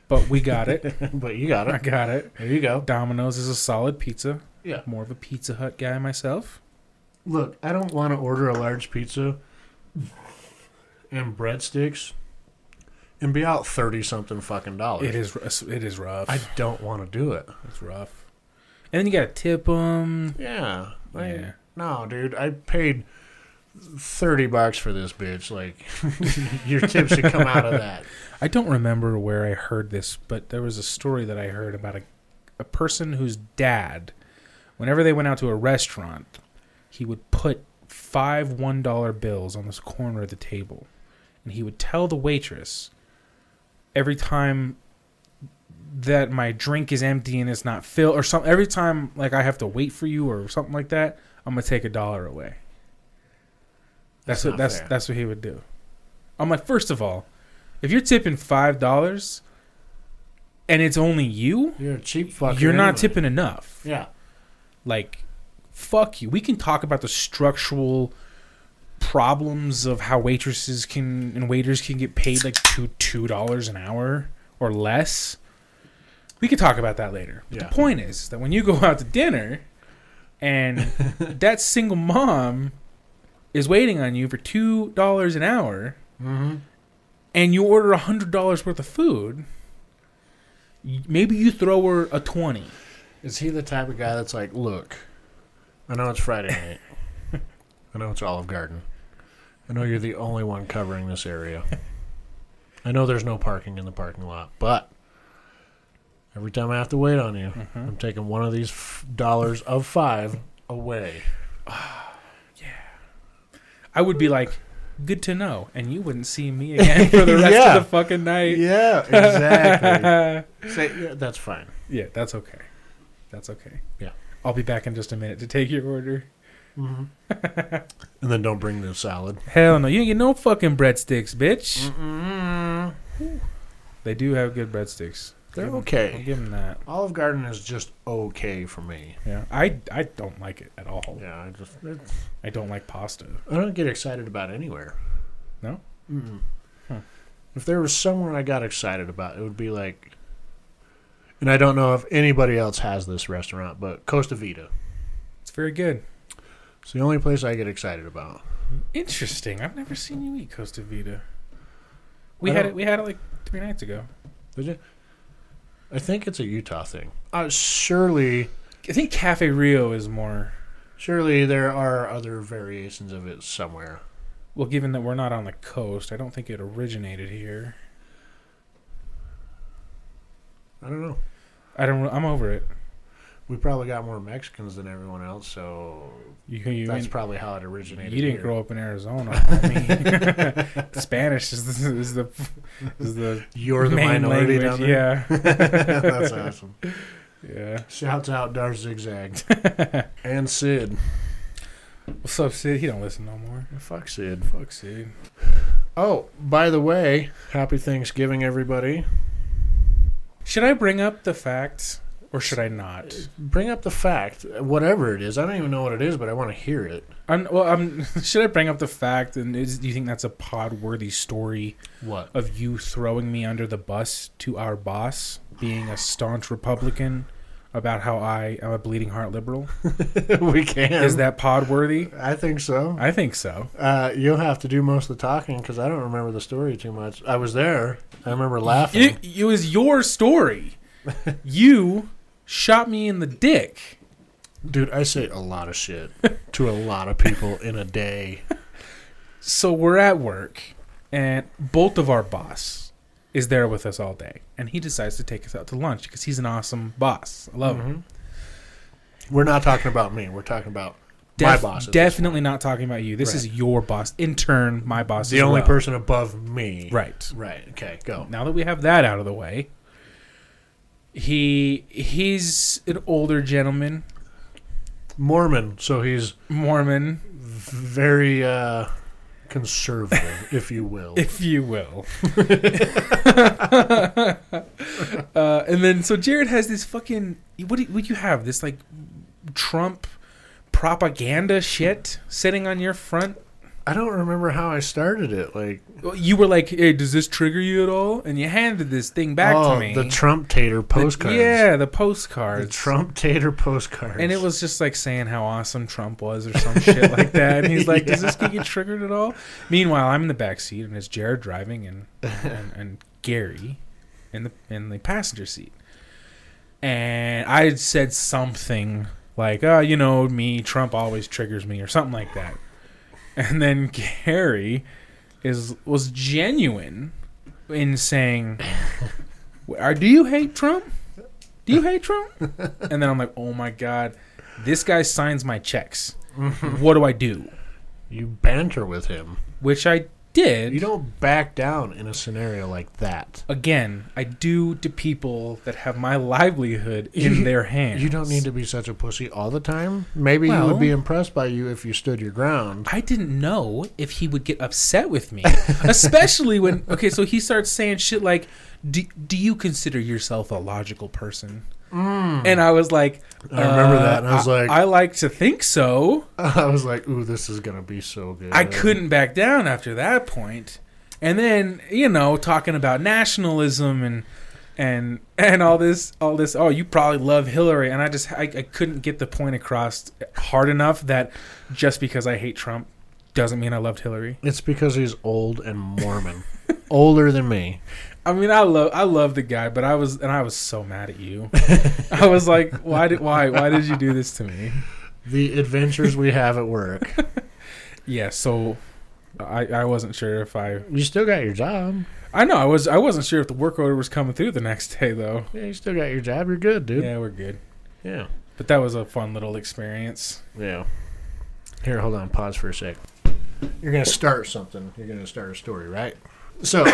Speaker 2: But we
Speaker 3: *laughs*
Speaker 2: got it.
Speaker 3: but you got
Speaker 2: I
Speaker 3: it.
Speaker 2: got it.
Speaker 3: There you go.
Speaker 2: Domino's is a solid pizza.
Speaker 3: Yeah.
Speaker 2: More of a Pizza Hut guy myself.
Speaker 3: Look, I don't want to order a large pizza and breadsticks and be out thirty something fucking dollars.
Speaker 2: It is r- it is rough.
Speaker 3: Oh, I don't want to do it.
Speaker 2: it's rough. And then you gotta tip them.
Speaker 3: Yeah. I-
Speaker 2: Yeah.
Speaker 3: No, dude. I paid thirty bucks for this bitch. Like, *laughs* your tip should come out
Speaker 2: *laughs*
Speaker 3: of that.
Speaker 2: I don't remember where I heard this, but there was a story that I heard about a a person whose dad, whenever they went out to a restaurant, he would put five one dollar bills on this corner of the table, and he would tell the waitress every time that my drink is empty and it's not filled, or some every time like I have to wait for you or something like that, I'm gonna take a dollar away. That's,
Speaker 3: That's
Speaker 2: what
Speaker 3: not
Speaker 2: that's
Speaker 3: fair.
Speaker 2: that's what he would do. I'm like, first of all, if you're tipping five dollars and it's only you,
Speaker 3: You're a cheap fucker.
Speaker 2: you're not
Speaker 3: anyway.
Speaker 2: tipping enough.
Speaker 3: Yeah.
Speaker 2: Like, fuck you. We can talk about the structural problems of how waitresses can and waiters can get paid like two two dollars an hour or less. We could talk about that later. But
Speaker 3: Yeah.
Speaker 2: the point is that when you go out to dinner
Speaker 3: *laughs*
Speaker 2: and that single mom is waiting on you for two dollars an hour
Speaker 3: Mm-hmm.
Speaker 2: and you order a hundred dollars worth of food, y- maybe you throw her a twenty.
Speaker 3: Is he the type of guy that's like, look, I know it's Friday
Speaker 2: *laughs*
Speaker 3: night. I know it's Olive Garden. I know you're the only one covering this area. I know there's no parking in the parking lot, but every time I have to wait on you,
Speaker 2: Mm-hmm.
Speaker 3: I'm taking one of these f- dollars of five away.
Speaker 2: I would be like, "Good to know," and you wouldn't see me again for the rest
Speaker 3: Yeah.
Speaker 2: of the fucking night.
Speaker 3: Yeah, exactly. *laughs* yeah, that's fine.
Speaker 2: yeah, that's okay. That's okay.
Speaker 3: Yeah.
Speaker 2: I'll be back in just a minute to take your order.
Speaker 3: hmm and then don't bring the salad.
Speaker 2: Hell no, you ain't get no fucking breadsticks, bitch.
Speaker 3: Mm. Mm-mm.
Speaker 2: They do have good breadsticks.
Speaker 3: They're
Speaker 2: Give 'em- I'll
Speaker 3: okay.
Speaker 2: give them that.
Speaker 3: Olive Garden is just okay for me.
Speaker 2: Yeah, I I don't like it at all.
Speaker 3: Yeah, I just
Speaker 2: I don't like pasta.
Speaker 3: I don't get excited about anywhere.
Speaker 2: No?
Speaker 3: Mm-mm.
Speaker 2: Huh.
Speaker 3: If there was somewhere I got excited about, it would be like, and I don't know if anybody else has this restaurant, but Costa Vida.
Speaker 2: It's very good.
Speaker 3: It's the only place I get excited about.
Speaker 2: Interesting. I've never seen you eat Costa Vida. We
Speaker 3: I
Speaker 2: had
Speaker 3: don't-
Speaker 2: it. We had it like three nights ago.
Speaker 3: Did you? I think it's a Utah thing. Uh, surely,
Speaker 2: I think Cafe Rio is more.
Speaker 3: surely there are other variations of it somewhere.
Speaker 2: Well, given that we're not on the coast, I don't think it originated here.
Speaker 3: I don't know.
Speaker 2: I don't. I'm over it.
Speaker 3: we probably got more Mexicans than everyone else, so
Speaker 2: You, you,
Speaker 3: that's
Speaker 2: ain't-
Speaker 3: probably how it originated.
Speaker 2: you didn't
Speaker 3: here.
Speaker 2: grow up
Speaker 3: *laughs*
Speaker 2: in Arizona. I mean, *laughs* Spanish is the, is the is the
Speaker 3: You're the
Speaker 2: *laughs* main
Speaker 3: minority down
Speaker 2: language.
Speaker 3: there.
Speaker 2: Yeah,
Speaker 3: *laughs* that's awesome.
Speaker 2: yeah.
Speaker 3: Shouts out Dar
Speaker 2: *laughs*
Speaker 3: Zigzag and Sid.
Speaker 2: What's up, Sid? He don't listen no more.
Speaker 3: Fuck Sid.
Speaker 2: Fuck Sid.
Speaker 3: Oh, by the way, happy Thanksgiving, everybody.
Speaker 2: Should I bring up the fact or should I not?
Speaker 3: Bring up the fact, whatever it is. I don't even know what it is, but I want to hear it.
Speaker 2: I'm, well, I'm, *laughs* should I bring up the fact? And is, do you think that's a pod-worthy story
Speaker 3: What?
Speaker 2: of you throwing me under the bus to our boss being a staunch Republican about how I am a bleeding heart liberal?
Speaker 3: *laughs* we can.
Speaker 2: Is that pod-worthy?
Speaker 3: I think so.
Speaker 2: I think so.
Speaker 3: Uh, you'll have to do most of the talking because I don't remember the story too much. I was there. I remember laughing.
Speaker 2: It, it was your story. you shot me in the dick.
Speaker 3: Dude, I say a lot of shit to a lot of people in a day.
Speaker 2: So we're at work, and both of our boss is there with us all day, and he decides to take us out to lunch because he's an awesome boss. I love
Speaker 3: Mm-hmm.
Speaker 2: him.
Speaker 3: We're not talking about me. We're talking about
Speaker 2: Def-
Speaker 3: my boss. at this
Speaker 2: Definitely not talking about you. This
Speaker 3: Right.
Speaker 2: is your boss. In turn, my boss.
Speaker 3: point. the
Speaker 2: as
Speaker 3: only
Speaker 2: well.
Speaker 3: person above me.
Speaker 2: Right.
Speaker 3: Right. Okay. Go.
Speaker 2: Now that we have that out of the way, he he's an older gentleman,
Speaker 3: Mormon. So he's
Speaker 2: Mormon,
Speaker 3: very uh,
Speaker 2: *laughs*
Speaker 3: conservative, if you will.
Speaker 2: if
Speaker 3: *laughs*
Speaker 2: you will. *laughs* uh, and then so Jared has this fucking what do, what do you have this like Trump propaganda shit sitting on your front.
Speaker 3: I don't remember how I started it. Like
Speaker 2: You were like, "Hey, does this trigger you at all?" And you handed this thing back
Speaker 3: oh,
Speaker 2: to me.
Speaker 3: the Trump Tater
Speaker 2: The-
Speaker 3: postcards.
Speaker 2: yeah, the
Speaker 3: The
Speaker 2: postcards.
Speaker 3: Trump Tater postcards.
Speaker 2: And it was just like saying how awesome Trump was or some shit like that. And he's like, "Does this get you triggered at all?" Meanwhile, I'm in the back seat and it's Jared driving and and, and Gary in the in the passenger seat. And I had said something like, "Oh, you know me, Trump always triggers me" or something like that. And then *laughs* Gary is was genuine in saying, "Are do you hate Trump? Do you hate Trump?" And then I'm like, "Oh my god, this guy signs my checks. What do I do?"
Speaker 3: you banter with him.
Speaker 2: Which I did.
Speaker 3: You don't back down in a scenario like that.
Speaker 2: Again, I do to people that have my livelihood
Speaker 3: *laughs*
Speaker 2: in
Speaker 3: You-
Speaker 2: their hands.
Speaker 3: You don't need to be such a pussy all the time. Maybe he
Speaker 2: Well-
Speaker 3: would be impressed by you if you stood your ground. *laughs*
Speaker 2: I didn't know if he would get upset with me, *laughs* especially when okay. So he starts saying shit like, "Do, do you consider yourself a logical person?" And I was like,
Speaker 3: Mm. I remember
Speaker 2: uh,
Speaker 3: that, and I was like-
Speaker 2: I like to think so."
Speaker 3: I was like, "Ooh, this is gonna be so good."
Speaker 2: I couldn't back down after that point. And then, you know, talking about nationalism and and *laughs* and all this all this oh you probably love Hillary and I just I, I couldn't get the point across hard enough that just because I hate Trump doesn't mean I loved Hillary.
Speaker 3: It's because he's old and Mormon, *laughs* older than me.
Speaker 2: I mean I love I love the guy but I was and I was so mad at you. I was like why did why why did you do this to me?
Speaker 3: The adventures we have at work.
Speaker 2: Yeah, so I I wasn't sure if I
Speaker 3: You still got your job.
Speaker 2: I know I was I wasn't sure if the work order was coming through the next day though.
Speaker 3: Yeah, you still got your job. You're good, dude.
Speaker 2: Yeah, we're good.
Speaker 3: Yeah.
Speaker 2: But that was a fun little experience.
Speaker 3: Yeah. Here, hold on. Pause for a sec. You're going to start something. You're going to start a story, right? So,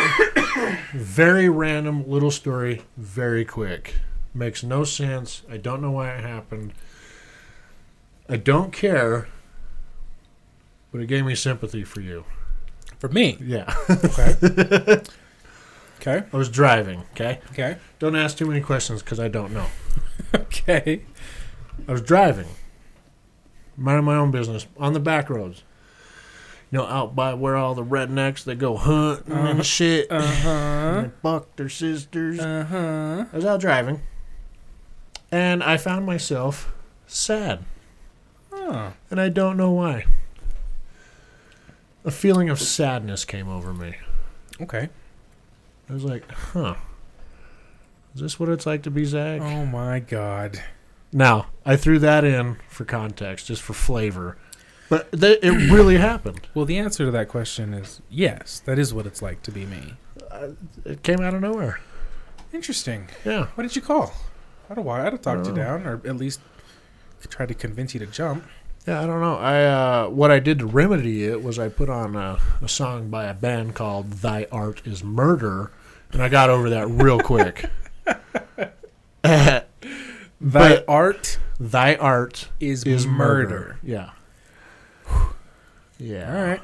Speaker 3: *coughs* very random little story, very quick. Makes no sense. I don't know why it happened. I don't care, but it gave me sympathy for you.
Speaker 2: For me.
Speaker 3: Yeah. *laughs*
Speaker 2: Okay. okay.
Speaker 3: I was driving, okay?
Speaker 2: Okay.
Speaker 3: Don't ask too many questions because I don't know.
Speaker 2: *laughs* Okay.
Speaker 3: I was driving, minding my own business on the back roads. You know, out by where all the rednecks they go hunting and shit,
Speaker 2: Uh huh.
Speaker 3: and they fuck their sisters.
Speaker 2: Uh huh.
Speaker 3: I was out driving, and I found myself sad,
Speaker 2: Oh.
Speaker 3: and I don't know why. A feeling of sadness came over me.
Speaker 2: Okay.
Speaker 3: I was like, "Huh, is this what it's like to be Zach?"
Speaker 2: Oh my God.
Speaker 3: Now, I threw that in for context, just for flavor, but th- it really happened.
Speaker 2: Well, the answer to that question is yes. That is what it's like to be me.
Speaker 3: It came out of nowhere.
Speaker 2: Interesting.
Speaker 3: Yeah.
Speaker 2: What did you call? I'd have, I'd have
Speaker 3: Uh.
Speaker 2: talked you down, or at least tried to convince you to jump.
Speaker 3: Yeah, I don't know. I uh, what I did to remedy it was I put on a, a song by a band called "Thy Art Is Murder," and I got over that real *laughs* quick.
Speaker 2: Thy
Speaker 3: But-
Speaker 2: art
Speaker 3: Thy art
Speaker 2: is,
Speaker 3: is
Speaker 2: murder.
Speaker 3: murder. Yeah. Yeah.
Speaker 2: All right.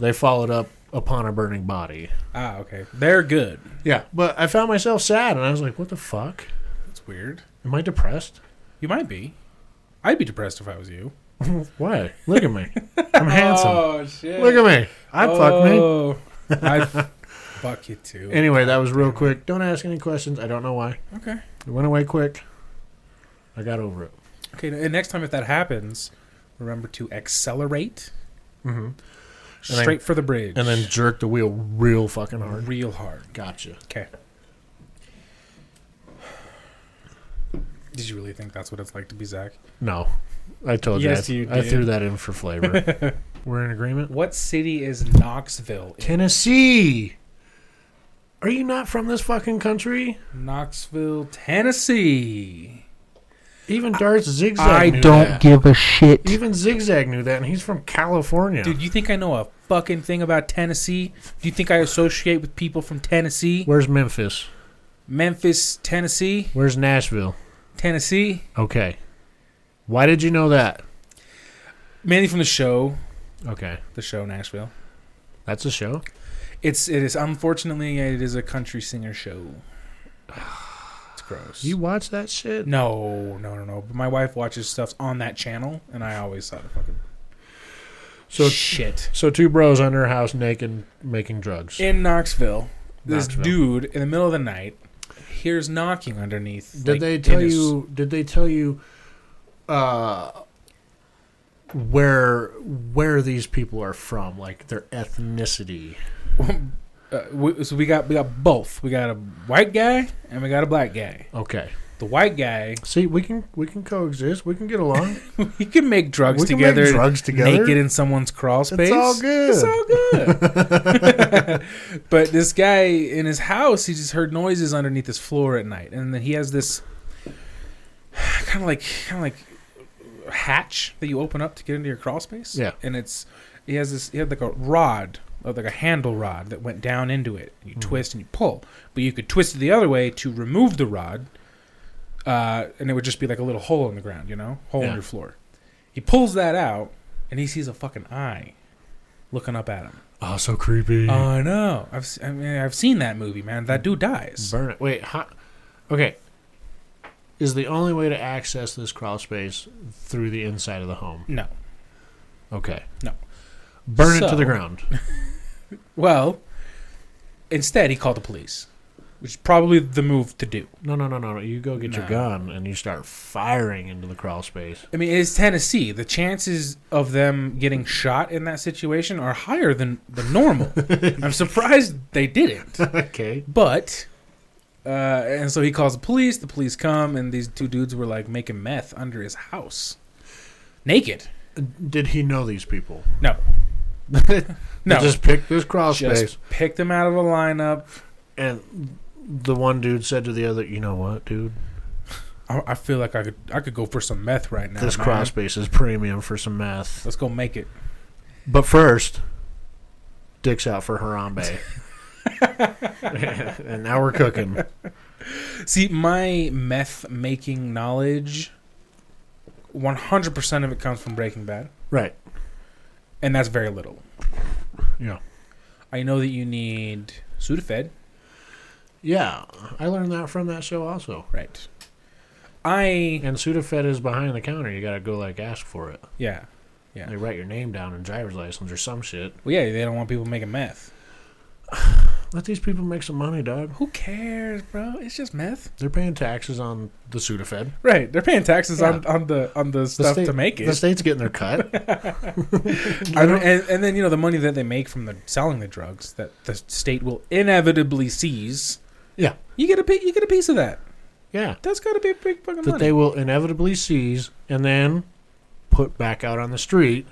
Speaker 3: They followed up upon a burning body.
Speaker 2: Ah, okay. They're good.
Speaker 3: Yeah, but I found myself sad, and I was like, "What the fuck?
Speaker 2: That's weird.
Speaker 3: Am I depressed? *laughs*
Speaker 2: You might be. I'd be depressed if I was you.
Speaker 3: Why? Look at me. *laughs* I'm handsome.
Speaker 2: Oh, shit!
Speaker 3: Look at me. I fuck me."
Speaker 2: fuck
Speaker 3: *laughs*
Speaker 2: me. I fuck you too.
Speaker 3: Anyway, that was real quick. Don't ask any questions. I don't know why.
Speaker 2: okay.
Speaker 3: It went away quick. I got over it.
Speaker 2: Okay. And next time if that happens, remember to accelerate
Speaker 3: Mm-hmm. then-
Speaker 2: straight for the bridge,
Speaker 3: And then jerked the wheel real fucking hard.
Speaker 2: real hard.
Speaker 3: Gotcha.
Speaker 2: Okay. Did you really think that's what it's like to be Zach?
Speaker 3: No, I told
Speaker 2: Yes,
Speaker 3: you. I- I
Speaker 2: you did.
Speaker 3: threw that in for flavor.
Speaker 2: *laughs*
Speaker 3: We're in agreement.
Speaker 2: What city is Knoxville? in?
Speaker 3: Tennessee. Are you not from this fucking country?
Speaker 2: Knoxville, Tennessee.
Speaker 3: Even Darts Zigzag.
Speaker 2: I
Speaker 3: knew
Speaker 2: don't
Speaker 3: that.
Speaker 4: give a shit.
Speaker 3: Even Zigzag knew that, and he's from California.
Speaker 2: Dude, you think I know a fucking thing about Tennessee? Do you think I associate with people from Tennessee?
Speaker 3: Where's Memphis?
Speaker 2: Memphis, Tennessee?
Speaker 3: Where's Nashville?
Speaker 2: Tennessee?
Speaker 3: Okay. Why did you know that?
Speaker 2: Mainly from the show,
Speaker 3: Okay.
Speaker 2: the show Nashville.
Speaker 3: That's a show?
Speaker 2: It's it is unfortunately it is a country singer show. It's gross.
Speaker 3: You watch that shit?
Speaker 2: No, no, no, no. But my wife watches stuff on that channel, and I always thought of fucking
Speaker 3: So
Speaker 2: shit
Speaker 3: So two bros under a house naked making drugs.
Speaker 2: in Knoxville. This
Speaker 3: Knoxville.
Speaker 2: dude in the middle of the night hears knocking underneath.
Speaker 3: did
Speaker 2: like,
Speaker 3: they
Speaker 2: in
Speaker 3: tell
Speaker 2: his-
Speaker 3: you did they tell you uh where where these people are from, like their ethnicity?
Speaker 2: Uh, we, so we got we got both. We got a white guy and we got a black guy.
Speaker 3: Okay.
Speaker 2: The white guy
Speaker 3: See, we can we can coexist. We can get *laughs* along.
Speaker 2: he can make drugs
Speaker 3: we can make
Speaker 2: together,
Speaker 3: drugs together.
Speaker 2: naked in someone's crawl space.
Speaker 3: all good.
Speaker 2: It's all
Speaker 3: *laughs*
Speaker 2: good. but this guy in his house, he just heard noises underneath his floor at night, and then he has this *sighs* kind of like kind of like hatch that you open up to get into your crawl space.
Speaker 3: Yeah.
Speaker 2: and it's he has this he had like a rod. Like a handle rod that went down into it. You
Speaker 3: Hmm.
Speaker 2: twist and you pull, but you could twist it the other way to remove the rod, uh, and it would just be like a little hole in the ground, you know, hole in
Speaker 3: Yeah.
Speaker 2: your floor. He pulls that out, and he sees a fucking eye looking up at him.
Speaker 3: oh, so creepy.
Speaker 2: Oh no! I've se- I mean, I've seen that movie, man. That dude dies.
Speaker 3: Burn it. Wait, how, okay. Is the only way to access this crawl space through the inside of the home?
Speaker 2: No.
Speaker 3: Okay.
Speaker 2: No.
Speaker 3: Burn it
Speaker 2: So-
Speaker 3: to the ground.
Speaker 2: Well, instead he called the police, which is probably the move to do.
Speaker 3: No, no, no, no, no. You go get your
Speaker 2: No.
Speaker 3: gun and you start firing into the crawl
Speaker 2: *laughs*
Speaker 3: space.
Speaker 2: I mean, it's Tennessee. The chances of them getting shot in that situation are higher than the normal. I'm surprised they didn't.
Speaker 3: okay.
Speaker 2: But uh, and so he calls the police. The police come, and these two dudes were like making meth under his house, naked.
Speaker 3: Did he know these people?
Speaker 2: No,
Speaker 3: *laughs* They
Speaker 2: no,
Speaker 3: just
Speaker 2: just,
Speaker 3: picked this crawl space,
Speaker 2: picked him out of a lineup.
Speaker 3: and the one dude said to the other, "You know what, dude?
Speaker 2: I, I feel like I could I could go for some meth right now.
Speaker 3: this
Speaker 2: man.
Speaker 3: crawl space is premium for some meth."
Speaker 2: Let's go make it.
Speaker 3: But first, dicks out for
Speaker 2: *laughs*
Speaker 3: Harambe. and now we're cooking.
Speaker 2: See, my meth making knowledge, one hundred percent of it comes from Breaking Bad,
Speaker 3: Right.
Speaker 2: and that's very little.
Speaker 3: Yeah.
Speaker 2: I know that you need Sudafed.
Speaker 3: Yeah, I learned that from that show also.
Speaker 2: Right. I
Speaker 3: And Sudafed is behind the counter. You gotta go like ask for it.
Speaker 2: yeah. Yeah.
Speaker 3: They write your name down in driver's license or some shit.
Speaker 2: Well, yeah, they don't want people making meth.
Speaker 3: Let these people make some money, dog.
Speaker 2: Who cares, bro? It's just meth.
Speaker 3: They're paying taxes on the Sudafed.
Speaker 2: Right. They're paying taxes on,
Speaker 3: Yeah.
Speaker 2: on the on the
Speaker 3: The
Speaker 2: stuff
Speaker 3: state-
Speaker 2: to make it.
Speaker 3: The state's getting their
Speaker 2: *laughs*
Speaker 3: cut.
Speaker 2: I don't- and, and then you know the money that they make from the selling the drugs that the state will inevitably seize.
Speaker 3: Yeah.
Speaker 2: You get a pi- you get a piece of that.
Speaker 3: yeah.
Speaker 2: That's got to be a big fucking
Speaker 3: That
Speaker 2: money.
Speaker 3: they will inevitably seize and then put back out on the street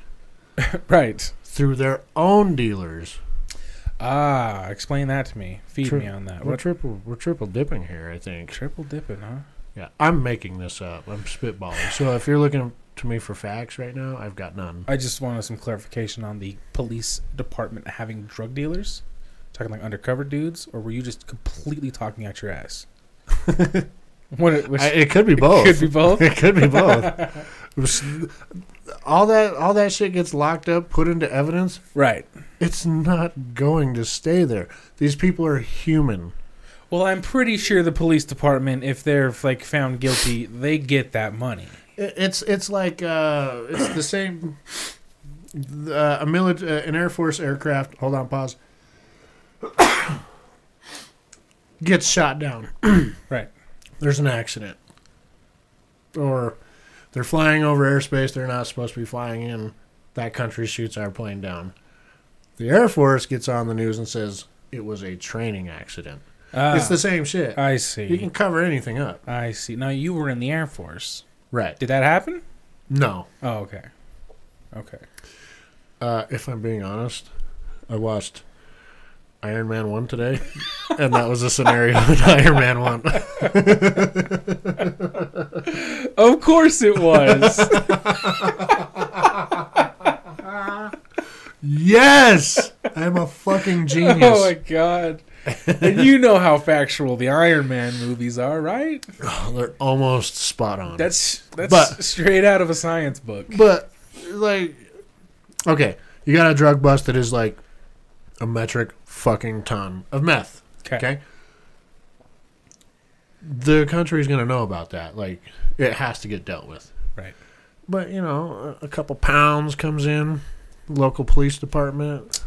Speaker 2: right.
Speaker 3: through their own dealers.
Speaker 2: Ah, explain that to me. Feed
Speaker 3: True.
Speaker 2: me on that.
Speaker 3: We're
Speaker 2: What
Speaker 3: triple we're triple dipping here, I think.
Speaker 2: triple dipping, huh?
Speaker 3: Yeah, I'm making this up. I'm spitballing. So if you're looking to me for facts right now, I've got none.
Speaker 2: I just wanted some clarification on the police department having drug dealers. Talking like undercover dudes, or were you just completely talking out
Speaker 3: *laughs*
Speaker 2: your ass? what, which,
Speaker 3: I, it could be both.
Speaker 2: Could be *laughs*
Speaker 3: *laughs*
Speaker 2: both.
Speaker 3: It could be both. all that all that shit gets locked up, put into evidence.
Speaker 2: right.
Speaker 3: It's not going to stay there. These people are human.
Speaker 2: Well, I'm pretty sure the police department, if they're like found guilty, they get that money.
Speaker 3: It- It's it's like uh, it's the same. Uh, a mili- uh, an Air Force aircraft. Hold on, pause. *coughs* gets shot down.
Speaker 2: Right.
Speaker 3: There's an accident, or they're flying over airspace they're not supposed to be flying in. That country shoots our plane down. The Air Force gets on the news and says it was a training accident.
Speaker 2: Ah,
Speaker 3: it's the same shit.
Speaker 2: I
Speaker 3: you can
Speaker 2: see.
Speaker 3: cover anything up.
Speaker 2: I see. Now you were in the Air Force.
Speaker 3: Right.
Speaker 2: Did that happen?
Speaker 3: No.
Speaker 2: Oh, okay. Okay.
Speaker 3: Uh, if I'm being honest, I watched Iron Man 1
Speaker 2: *laughs*
Speaker 3: today, and that was a scenario in *laughs* Iron Man 1.
Speaker 2: Of course it *laughs* was.
Speaker 3: Yes! I'm a fucking genius.
Speaker 2: Oh my god. and you know how factual the Iron Man movies are, right?
Speaker 3: Oh, They're almost spot on.
Speaker 2: That's that's
Speaker 3: But-
Speaker 2: straight out of a science book.
Speaker 3: but, like, okay, you got a drug bust that is like a metric fucking ton of meth. Okay? The country's going to know about that. Like, it has to get dealt with.
Speaker 2: Right.
Speaker 3: But you know, a a couple pounds comes in, local police department.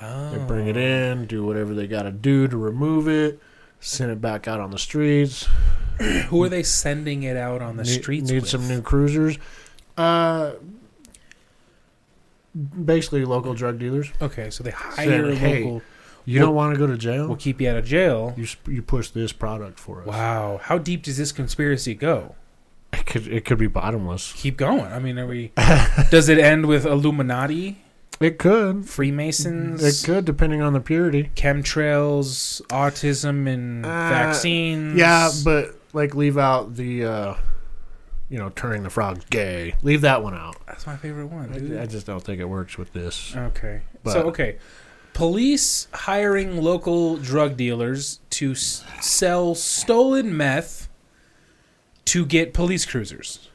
Speaker 2: Oh.
Speaker 3: They bring it in, do whatever they got to do to remove it, send it back out on the streets.
Speaker 2: Who are they sending it out on the
Speaker 3: Ne-
Speaker 2: streets?
Speaker 3: need
Speaker 2: with?
Speaker 3: some new cruisers. Uh, basically local drug dealers.
Speaker 2: Okay, so they hire
Speaker 3: Said, "Hey,
Speaker 2: local.
Speaker 3: You
Speaker 2: Well-
Speaker 3: don't want to go to
Speaker 2: We'll
Speaker 3: jail.
Speaker 2: keep you out of jail.
Speaker 3: You sp- you push this product for us.
Speaker 2: Wow, how deep does this conspiracy go?
Speaker 3: It could it could be bottomless.
Speaker 2: Keep going. I mean,
Speaker 3: *laughs*
Speaker 2: are we? does it end with Illuminati,
Speaker 3: It could.
Speaker 2: Freemasons,
Speaker 3: It could depending on the purity.
Speaker 2: chemtrails, autism, and
Speaker 3: Uh,
Speaker 2: vaccines?
Speaker 3: Yeah, but like leave out the uh you know, turning the frogs gay. Leave that one out. Uh,
Speaker 2: that's my favorite one. Dude.
Speaker 3: I, I just don't think it works with this.
Speaker 2: Okay. so
Speaker 3: But-
Speaker 2: okay, police hiring local drug dealers to s- sell stolen meth to get police cruisers.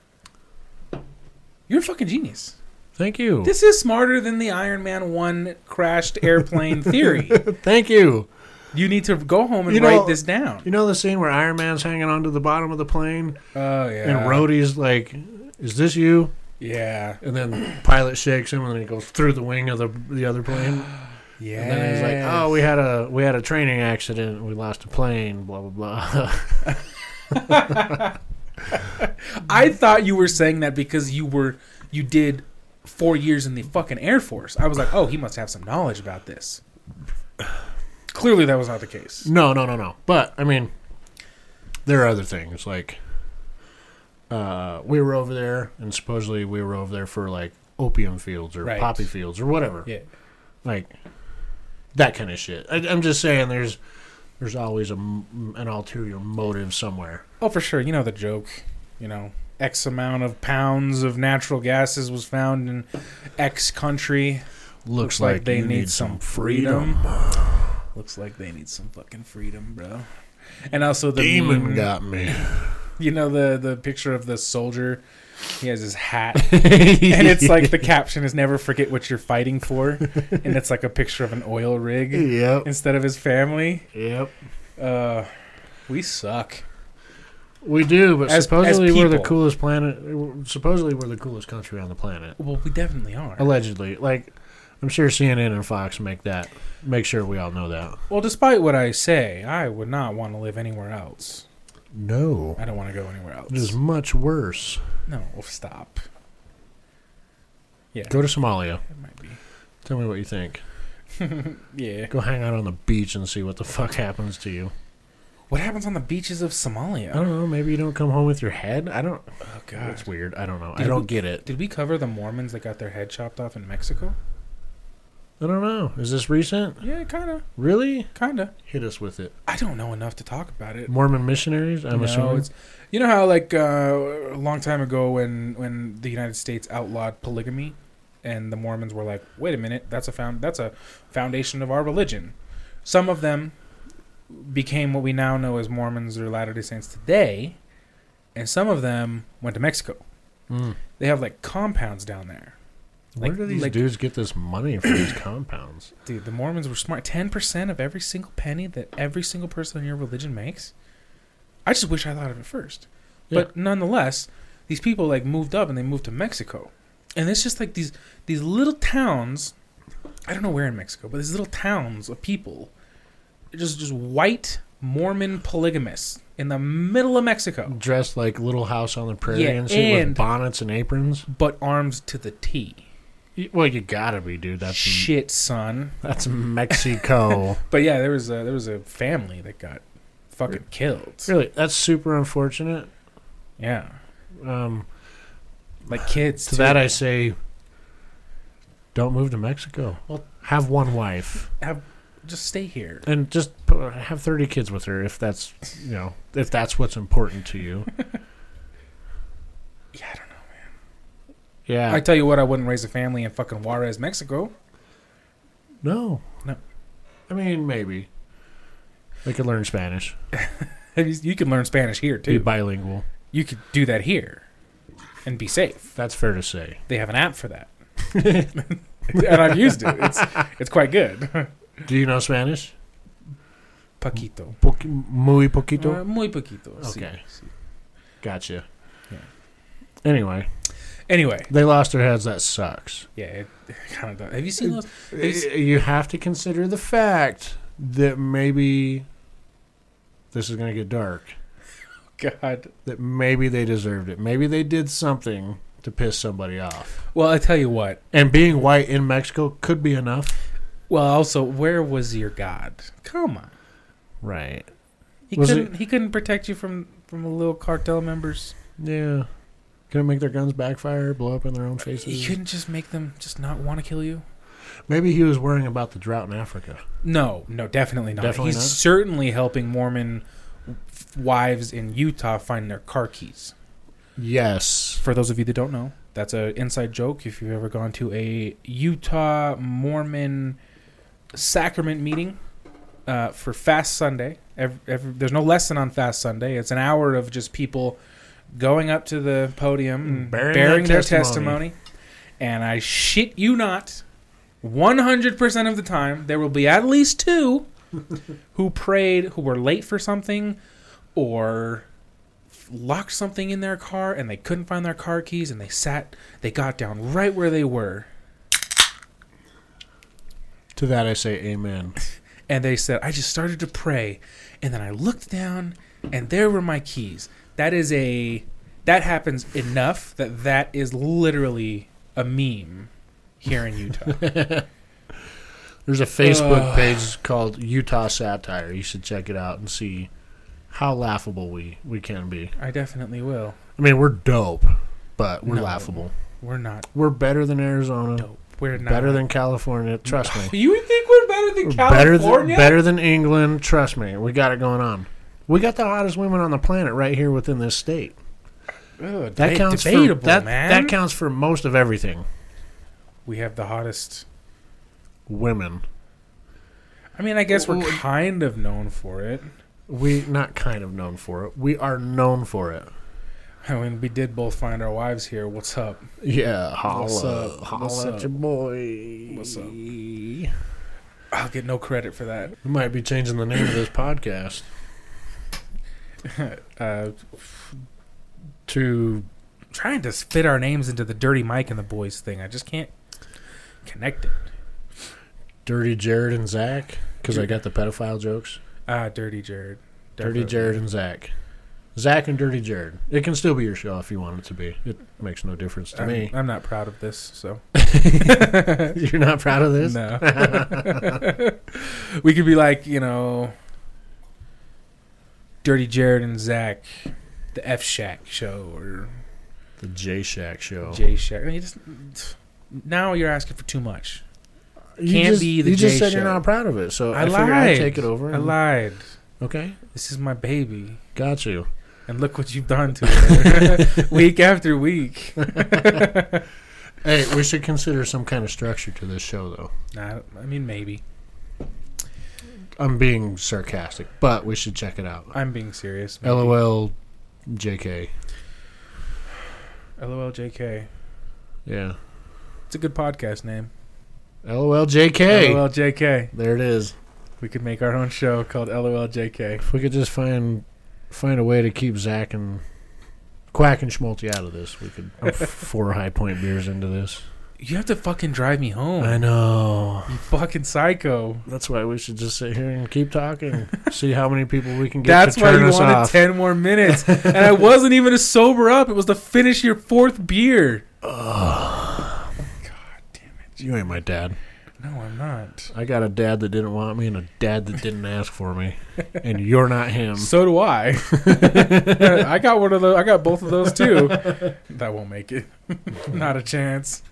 Speaker 2: You're a fucking genius.
Speaker 3: Thank you.
Speaker 2: This is smarter than the Iron Man one crashed
Speaker 3: *laughs*
Speaker 2: airplane theory.
Speaker 3: Thank you.
Speaker 2: You need to go home and
Speaker 3: You know-
Speaker 2: write this down.
Speaker 3: You know the scene where Iron Man's hanging onto the bottom of the plane
Speaker 2: Oh yeah.
Speaker 3: uh, and Rhodey's like, "Is this you?"
Speaker 2: Yeah.
Speaker 3: And then pilot shakes him and then he goes through the wing of the the other plane.
Speaker 2: Yeah.
Speaker 3: And then he's like, "Oh, we had a we had a training accident. We lost a plane. Blah blah blah." *laughs*
Speaker 2: I thought you were saying that because you were you did four years in the fucking Air Force. I was like, oh, he must have some knowledge about this. Clearly, that was not the case.
Speaker 3: No, no, no, no. But I mean, there are other things like uh, we were over there, and supposedly we were over there for like opium fields or
Speaker 2: Right.
Speaker 3: poppy fields or whatever,
Speaker 2: Yeah.
Speaker 3: like that kind of shit. I, I'm just saying, there's there's always a m an ulterior motive somewhere.
Speaker 2: Oh, for sure. You know the joke. You know, X amount of pounds of natural gases was found in X country.
Speaker 3: Looks,
Speaker 2: like
Speaker 3: like,
Speaker 2: they
Speaker 3: you
Speaker 2: need some
Speaker 3: freedom.
Speaker 2: *sighs* Looks like they need some fucking freedom, bro. And also the
Speaker 3: Demon
Speaker 2: meme-
Speaker 3: got me.
Speaker 2: You know the the picture of the soldier. He has his hat,
Speaker 3: *laughs*
Speaker 2: *laughs* and it's like the caption is "Never forget what you're fighting for," and it's like a picture of an oil rig
Speaker 3: yep,
Speaker 2: instead of his family.
Speaker 3: yep.
Speaker 2: Uh, we suck.
Speaker 3: We do, but
Speaker 2: As- as
Speaker 3: supposedly we're the
Speaker 2: people.
Speaker 3: coolest planet. Supposedly we're the coolest country on the planet.
Speaker 2: Well, we definitely are.
Speaker 3: Allegedly, like I'm sure CNN and Fox make that make sure we all know that.
Speaker 2: Well, despite what I say, I would not want to live anywhere else.
Speaker 3: No,
Speaker 2: I don't want to go anywhere else.
Speaker 3: it is much worse.
Speaker 2: No, stop. Yeah,
Speaker 3: Go to Somalia.
Speaker 2: it might be.
Speaker 3: Tell me what you think.
Speaker 2: Yeah.
Speaker 3: Go hang out on the beach and see what the fuck happens to you.
Speaker 2: What happens on the beaches of
Speaker 3: I
Speaker 2: Somalia?
Speaker 3: don't know. Maybe you don't come home with your head. I don't.
Speaker 2: Oh
Speaker 3: That's weird. I don't know. I
Speaker 2: Dude,
Speaker 3: don't
Speaker 2: we-
Speaker 3: get it.
Speaker 2: Did we cover the Mormons that got their head chopped off in Mexico?
Speaker 3: I don't know. Is this recent?
Speaker 2: Yeah, kind of,
Speaker 3: Really?
Speaker 2: kind of.
Speaker 3: Hit us with it.
Speaker 2: I don't know enough to talk about it.
Speaker 3: Mormon missionaries. I'm
Speaker 2: No,
Speaker 3: assuming.
Speaker 2: it's- you know how like uh, a long time ago when when the United States outlawed polygamy, and the Mormons were like, "Wait a minute, that's a found that's a foundation of our religion." Some of them became what we now know as Mormons or Latter Day Saints today, and some of them went to Mexico.
Speaker 3: Mm.
Speaker 2: They have like compounds down there.
Speaker 3: Where
Speaker 2: Like-
Speaker 3: do these
Speaker 2: like-
Speaker 3: dudes get this money for these compounds?
Speaker 2: Dude, the Mormons were smart. Ten percent of every single penny that every single person in your religion makes. I just wish I thought of it first. But nonetheless, these people like moved up and they moved to Mexico, and it's just like these these little towns. I don't know where in Mexico, but these little towns of people, just just white Mormon polygamists in the middle of Mexico,
Speaker 3: Dressed like Little House on the Prairie
Speaker 2: Yeah,
Speaker 3: and shit
Speaker 2: and-
Speaker 3: with bonnets and aprons.
Speaker 2: but armed to the T.
Speaker 3: Y- Well, you gotta be, dude. That's
Speaker 2: Shit, son.
Speaker 3: that's
Speaker 2: *laughs*
Speaker 3: Mexico.
Speaker 2: But yeah, there was a, there was a family that got fucking killed.
Speaker 3: really, that's super unfortunate.
Speaker 2: Yeah.
Speaker 3: Um,
Speaker 2: like kids
Speaker 3: to that, I say, don't move to Mexico.
Speaker 2: Well-
Speaker 3: have one wife
Speaker 2: have just stay here.
Speaker 3: and just p- have thirty kids with her if that's you know if that's what's important to
Speaker 2: *laughs*
Speaker 3: you.
Speaker 2: Yeah, I don't know.
Speaker 3: Yeah.
Speaker 2: I tell you what, I wouldn't raise a family in fucking Juarez, Mexico. *laughs*
Speaker 3: no.
Speaker 2: No.
Speaker 3: I mean, maybe they could learn Spanish,
Speaker 2: You can learn Spanish here
Speaker 3: be
Speaker 2: too.
Speaker 3: bilingual.
Speaker 2: You could do that here and be safe.
Speaker 3: That's fair to say.
Speaker 2: They have an app for *laughs* that, and I've used it. It's it's quite good. *laughs*
Speaker 3: Do you know Spanish?
Speaker 2: Paquito,
Speaker 3: Po- muy poquito.
Speaker 2: Uh, muy poquito. sí,
Speaker 3: Okay.
Speaker 2: sí.
Speaker 3: Gotcha.
Speaker 2: Yeah.
Speaker 3: Anyway,
Speaker 2: Anyway,
Speaker 3: they lost their heads. That sucks.
Speaker 2: yeah, it, kind of. Does. Have you seen those? It's-
Speaker 3: Y- You have to consider the fact that maybe this is going to get dark.
Speaker 2: *laughs* God.
Speaker 3: That maybe they deserved it. Maybe they did something to piss somebody off.
Speaker 2: Well, I tell you what.
Speaker 3: And being white in Mexico could be enough.
Speaker 2: Well, also, where was your God? Come on.
Speaker 3: Right.
Speaker 2: He
Speaker 3: Was
Speaker 2: couldn't. He couldn't protect you from from the little cartel members.
Speaker 3: Yeah. Gonna make their guns backfire, blow up in their own faces.
Speaker 2: You couldn't just make them just not want to kill you.
Speaker 3: Maybe he was worrying about the drought in Africa.
Speaker 2: No, no, definitely not.
Speaker 3: Definitely
Speaker 2: He's
Speaker 3: not?
Speaker 2: certainly helping Mormon f- wives in Utah find their car keys.
Speaker 3: Yes.
Speaker 2: For those of you that don't know, that's an inside joke. If you've ever gone to a Utah Mormon sacrament meeting uh, for Fast Sunday, ev every, there's no lesson on Fast Sunday. It's an hour of just people going up to the podium and
Speaker 3: Bearing
Speaker 2: bearing,
Speaker 3: their
Speaker 2: their
Speaker 3: testimony.
Speaker 2: testimony. And I shit you not, 100% of the time, there will be at least
Speaker 3: *laughs*
Speaker 2: two who prayed, who were late for something, or locked something in their car and they couldn't find their car keys and they sat, they got down right where they were
Speaker 3: To that I say amen.
Speaker 2: and they said i just started to pray and then i looked down and there were my keys that is a that happens enough that that is literally a meme here
Speaker 3: *laughs*
Speaker 2: in utah
Speaker 3: There's
Speaker 2: Uh,
Speaker 3: a Facebook
Speaker 2: Ugh.
Speaker 3: page called Utah Satire. You should check it out and see how laughable we, we can be.
Speaker 2: i definitely will
Speaker 3: I mean, we're dope, but we're
Speaker 2: No.
Speaker 3: laughable.
Speaker 2: we're not
Speaker 3: We're better than Arizona,
Speaker 2: dope we're not
Speaker 3: better than California. Trust me.
Speaker 2: you would think we're better than
Speaker 3: We're better than
Speaker 2: california
Speaker 3: better than England. Trust me. We got it going on. We got the hottest women on the planet right here within this state.
Speaker 2: Ugh,
Speaker 3: That
Speaker 2: deba-
Speaker 3: counts
Speaker 2: debatable
Speaker 3: for that,
Speaker 2: man
Speaker 3: that counts for most of everything.
Speaker 2: we have the hottest
Speaker 3: Women.
Speaker 2: i mean i guess we're
Speaker 3: Well-
Speaker 2: kind of known for it
Speaker 3: We not kind of known for it. We are known for it.
Speaker 2: i mean we did both find our wives here what's up
Speaker 3: Yeah, holla,
Speaker 2: What's up?
Speaker 3: holla
Speaker 2: What's
Speaker 3: at
Speaker 2: up?
Speaker 3: your boy.
Speaker 2: What's up?
Speaker 3: We
Speaker 2: i'll get no credit for that
Speaker 3: might be changing the name of this podcast
Speaker 2: uh
Speaker 3: to
Speaker 2: trying to fit our names into the Dirty Mike and the Boys thing. I just can't connect it.
Speaker 3: Dirty Jared and Zach because I got the pedophile jokes.
Speaker 2: Ah, Dirty Jared.
Speaker 3: Dirty
Speaker 2: Definitely.
Speaker 3: Jared and Zach. Zach and Dirty Jared. It can still be your show if you want it to be. It makes no difference to
Speaker 2: I'm,
Speaker 3: me.
Speaker 2: I'm not proud of this, so
Speaker 3: *laughs* You're not proud of this? *laughs*
Speaker 2: no. we could be like, you know, Dirty Jared and Zach, the F Shack show or
Speaker 3: The J Shack show.
Speaker 2: J Shack. I mean, you just- now you're asking for too much.
Speaker 3: You
Speaker 2: Can't
Speaker 3: just,
Speaker 2: be the
Speaker 3: You just
Speaker 2: J
Speaker 3: said you're
Speaker 2: show.
Speaker 3: not proud of it, so
Speaker 2: I
Speaker 3: I, figured I'd
Speaker 2: lied.
Speaker 3: take it over.
Speaker 2: I
Speaker 3: and-
Speaker 2: lied.
Speaker 3: Okay,
Speaker 2: This is my baby,
Speaker 3: got you.
Speaker 2: and look what you've done to
Speaker 3: *laughs*
Speaker 2: it, week after week.
Speaker 3: Hey, we should consider some kind of structure to this show, though.
Speaker 2: Nah, I mean, maybe
Speaker 3: I'm being sarcastic, but we should check it out.
Speaker 2: I'm being serious. Maybe.
Speaker 3: LOL, JK.
Speaker 2: LOL, JK.
Speaker 3: Yeah.
Speaker 2: It's a good podcast name.
Speaker 3: LOL, JK.
Speaker 2: LOL, JK.
Speaker 3: There it is.
Speaker 2: We could make our own show called LOL, JK.
Speaker 3: If we could just find find a way to keep Zach and Quack and Schmalti out of this, we
Speaker 2: *laughs*
Speaker 3: could. I'm f- four high point beers into this.
Speaker 2: You have to fucking drive me home.
Speaker 3: I know.
Speaker 2: You fucking psycho.
Speaker 3: That's why we should just sit here and keep
Speaker 2: *laughs*
Speaker 3: talking, see how many people we can get
Speaker 2: That's
Speaker 3: to
Speaker 2: why
Speaker 3: turn
Speaker 2: you
Speaker 3: us
Speaker 2: wanted
Speaker 3: off.
Speaker 2: 10
Speaker 3: *laughs*
Speaker 2: more minutes. and I wasn't even to sober up. It was to finish your fourth beer.
Speaker 3: you ain't my dad.
Speaker 2: No, I'm not.
Speaker 3: I got a dad that didn't want me and a dad that didn't ask for me, and you're not him.
Speaker 2: So do I. *laughs* I got one of those. I got both of those too. That won't make it. *laughs* not a chance.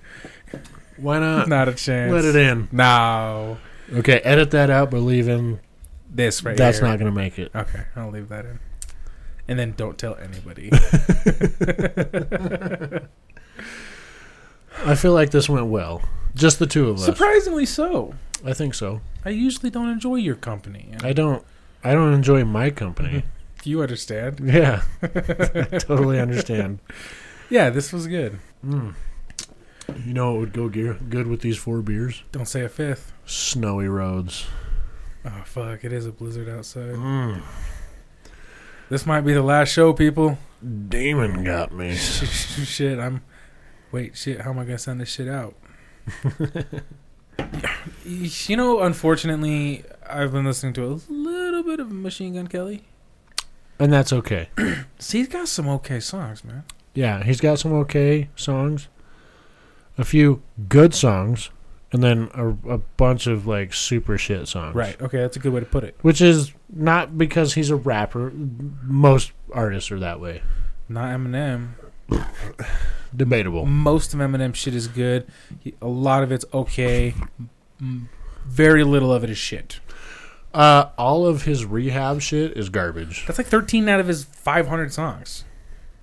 Speaker 3: Why not?
Speaker 2: Not a chance.
Speaker 3: Let it in.
Speaker 2: No.
Speaker 3: Okay, edit that out, but leave in.
Speaker 2: This right
Speaker 3: That's
Speaker 2: here.
Speaker 3: not going to make
Speaker 2: *laughs*
Speaker 3: it.
Speaker 2: Okay, I'll leave that in. And then don't
Speaker 3: *laughs*
Speaker 2: tell anybody.
Speaker 3: I feel like this went well. Just the two of us.
Speaker 2: Surprisingly so.
Speaker 3: I think so.
Speaker 2: I usually don't enjoy your company. and
Speaker 3: I don't. I don't enjoy my company.
Speaker 2: you understand?
Speaker 3: yeah, *laughs* I totally understand.
Speaker 2: Yeah, this was good.
Speaker 3: Mm. You know what would go gear, good with these four beers?
Speaker 2: Don't say a fifth.
Speaker 3: Snowy roads.
Speaker 2: Oh fuck, it is a blizzard outside.
Speaker 3: Mm.
Speaker 2: This might be the last show, people.
Speaker 3: Demon got me.
Speaker 2: *laughs* shit, I'm Wait, shit, how am I going to send this shit out? *laughs* you know, unfortunately, I've been listening to a little bit of Machine Gun Kelly.
Speaker 3: And that's okay.
Speaker 2: See, he's got some okay songs, man.
Speaker 3: Yeah, he's got some okay songs, a few good songs, and then a, a bunch of like super Oh, shit songs.
Speaker 2: Right. Okay, that's a good way to put it.
Speaker 3: Which is not because he's a rapper. Most artists are that way.
Speaker 2: Not Eminem.
Speaker 3: Debatable.
Speaker 2: Most of Eminem shit is good. He- A lot of it's okay. M- Very little of it is shit.
Speaker 3: Uh, all of his rehab shit is garbage.
Speaker 2: That's like 13 out of his 500 songs.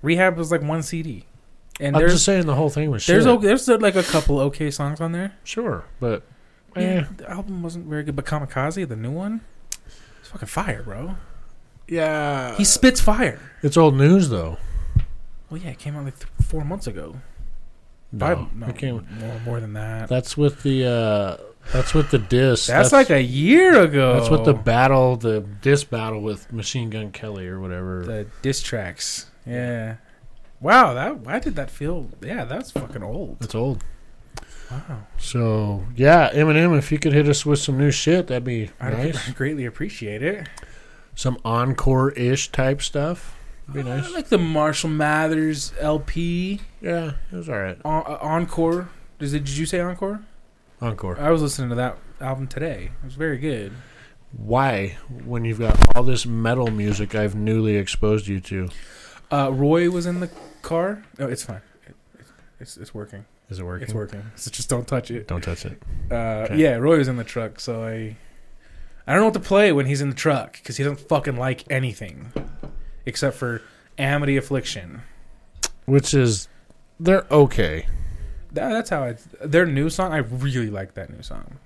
Speaker 2: Rehab was like one CD. And
Speaker 3: I'm
Speaker 2: there's
Speaker 3: just saying the whole thing was shit.
Speaker 2: there's o- there's uh, like a couple okay songs on there.
Speaker 3: sure, but eh.
Speaker 2: Yeah, the album wasn't very good, but Kamikaze, the new one, it's fucking fire, bro.
Speaker 3: yeah,
Speaker 2: He spits fire.
Speaker 3: it's old news though.
Speaker 2: Well, yeah, it came out like th- four months ago.
Speaker 3: No,
Speaker 2: Five, no,
Speaker 3: it came-
Speaker 2: more, more than that.
Speaker 3: That's with the uh, that's with the disc.
Speaker 2: That's, like a Oh. year ago.
Speaker 3: That's what the battle, the disc battle with Machine Gun Kelly or whatever.
Speaker 2: the diss tracks. Yeah. Wow, that why did that feel? Yeah, that's fucking old.
Speaker 3: That's old.
Speaker 2: Wow,
Speaker 3: So yeah, Eminem, if you could hit us with some new shit, that'd be
Speaker 2: I
Speaker 3: nice.
Speaker 2: *laughs* greatly appreciate it.
Speaker 3: Some encore-ish type stuff. would Be
Speaker 2: I
Speaker 3: nice.
Speaker 2: like the Marshall Mathers LP
Speaker 3: Yeah, it was all right.
Speaker 2: en- uh, encore. Is it, did you say encore?
Speaker 3: Encore.
Speaker 2: I was listening to that album today. It was very good.
Speaker 3: Why, when you've got all this metal music I've newly exposed you to,
Speaker 2: Uh, Roy was in the car. No, it's fine. It, it's it's working.
Speaker 3: is it working?
Speaker 2: It's working. So just don't touch it.
Speaker 3: Don't touch it.
Speaker 2: Uh,
Speaker 3: Okay.
Speaker 2: Yeah, Roy was in the truck, so I I don't know what to play when he's in the truck because he doesn't fucking like anything except for Amity Affliction.
Speaker 3: Which is, they're okay.
Speaker 2: That, that's how I. Their new song, I really like that new song.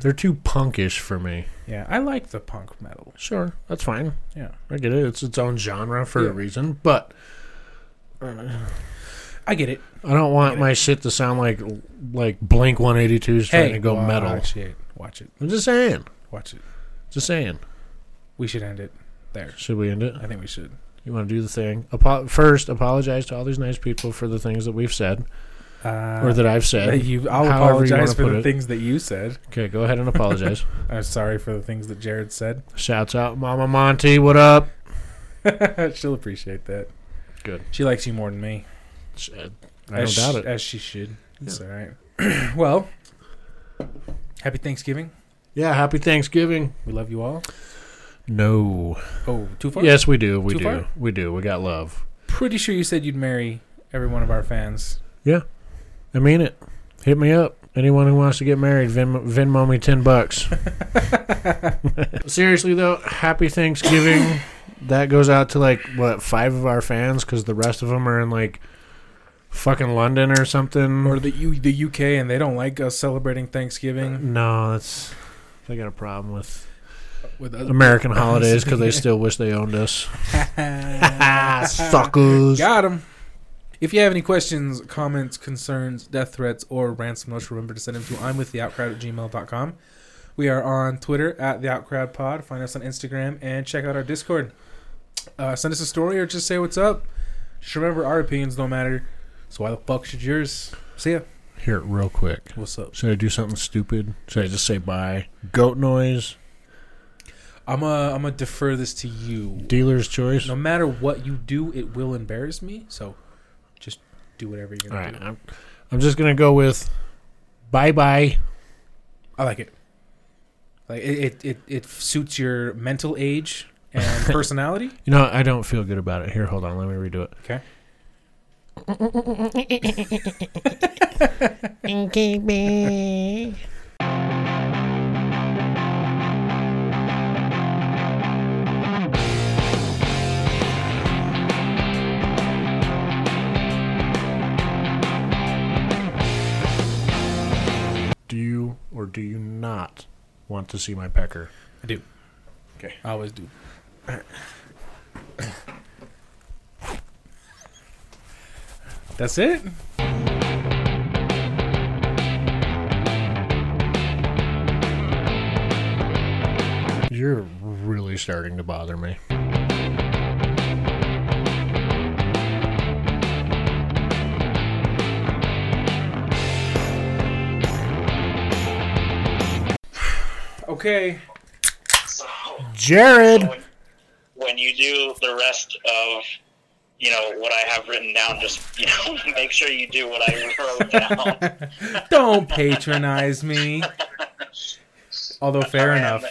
Speaker 3: They're too punkish for me.
Speaker 2: Yeah, I like the punk metal.
Speaker 3: Sure, that's fine.
Speaker 2: Yeah,
Speaker 3: I get it. It's its own genre for
Speaker 2: Yeah.
Speaker 3: a reason, but
Speaker 2: I get it.
Speaker 3: I don't want my shit to sound like like Blink 182 is trying
Speaker 2: hey,
Speaker 3: to go metal.
Speaker 2: Watch it. Watch it.
Speaker 3: I'm just saying.
Speaker 2: Watch it.
Speaker 3: Just saying.
Speaker 2: We should end it there.
Speaker 3: Should we end it?
Speaker 2: I think we should.
Speaker 3: You want to do the thing? Apo- first, apologize to all these nice people for the things that we've said
Speaker 2: Uh,
Speaker 3: or that I've said.
Speaker 2: you, I'll
Speaker 3: however you
Speaker 2: apologize
Speaker 3: wanna
Speaker 2: for
Speaker 3: put
Speaker 2: the
Speaker 3: it.
Speaker 2: things that you said.
Speaker 3: Okay, go ahead and apologize.
Speaker 2: I'm Uh, sorry for the things that Jared said. *laughs*
Speaker 3: Shouts out, Mama Monty. What up?
Speaker 2: She'll appreciate that.
Speaker 3: Good.
Speaker 2: She likes you more than me.
Speaker 3: Sh- I
Speaker 2: as
Speaker 3: don't doubt
Speaker 2: she,
Speaker 3: it.
Speaker 2: As she should. It's all right. *clears throat* well, happy Thanksgiving.
Speaker 3: Yeah, happy Thanksgiving.
Speaker 2: We love you all.
Speaker 3: No.
Speaker 2: Oh, too far?
Speaker 3: Yes, we do. We
Speaker 2: Too
Speaker 3: do.
Speaker 2: far?
Speaker 3: We do. We got love.
Speaker 2: Pretty sure you said you'd marry every one of our fans.
Speaker 3: I mean it. Hit me up. Anyone who wants to get married, Vin, Venmo me ten bucks. Seriously though, happy Thanksgiving. That goes out to like what five of our fans because the rest of them are in like fucking London or something.
Speaker 2: Or the U- the UK, and they don't like us celebrating Thanksgiving
Speaker 3: no, that's they got a problem with
Speaker 2: with us.
Speaker 3: Uh, American holidays
Speaker 2: *laughs*
Speaker 3: because they still wish they owned us. *laughs* Suckers.
Speaker 2: Got him. If you have any questions, comments, concerns, death threats, or ransom notes, remember to send them to I'm with the outcrowd at gmail.com. We are on Twitter at the outcrowd pod. Find us on Instagram and check out our Discord. Uh, send us a story or just say what's up. Just remember, our opinions don't matter. So why the fuck should yours? See ya.
Speaker 3: Hear it real quick.
Speaker 2: What's up?
Speaker 3: Should I do something stupid? Should I just say bye? Goat noise.
Speaker 2: I'm a I'm gonna defer this to you.
Speaker 3: Dealer's choice.
Speaker 2: No matter what you do, it will embarrass me. So just do whatever you're
Speaker 3: All
Speaker 2: gonna
Speaker 3: right,
Speaker 2: do.
Speaker 3: I'm, I'm just gonna go with bye bye.
Speaker 2: I like it. Like it, it, it, it suits your mental age *laughs* and personality.
Speaker 3: You know, I don't feel good about it. Here, hold on, let me redo it.
Speaker 2: Okay.
Speaker 4: Okay, bye.
Speaker 3: Do you or do you not want to see my pecker?
Speaker 2: I do.
Speaker 3: Okay.
Speaker 2: I always do. That's it.
Speaker 3: You're really starting to bother me.
Speaker 2: Okay.
Speaker 5: So
Speaker 3: Jared,
Speaker 5: when, when you do the rest of you know what I have written down, just you know *laughs* make sure you do what I wrote down.
Speaker 2: Don't patronize me. Although *laughs* fair enough.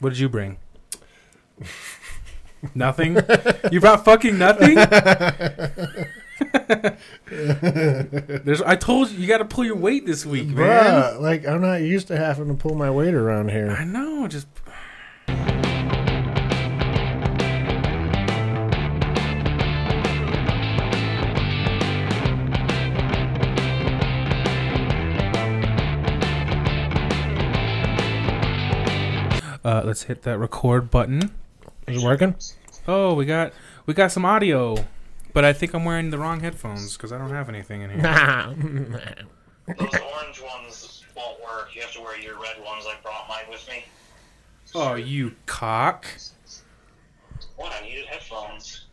Speaker 2: What did you bring? nothing. You brought fucking nothing. There's. I told you you got to pull your weight this week, man.
Speaker 3: bruh, like I'm not used to having to pull my weight around here.
Speaker 2: I know. Just. Uh, let's hit that record button.
Speaker 3: Is it working?
Speaker 2: Oh, we got we got some audio, but I think I'm wearing the wrong headphones because I don't have anything in here.
Speaker 3: *laughs*
Speaker 5: Those orange ones won't work. You have to wear your red ones. I brought mine with me.
Speaker 2: Oh, you cock!
Speaker 5: What? I needed headphones.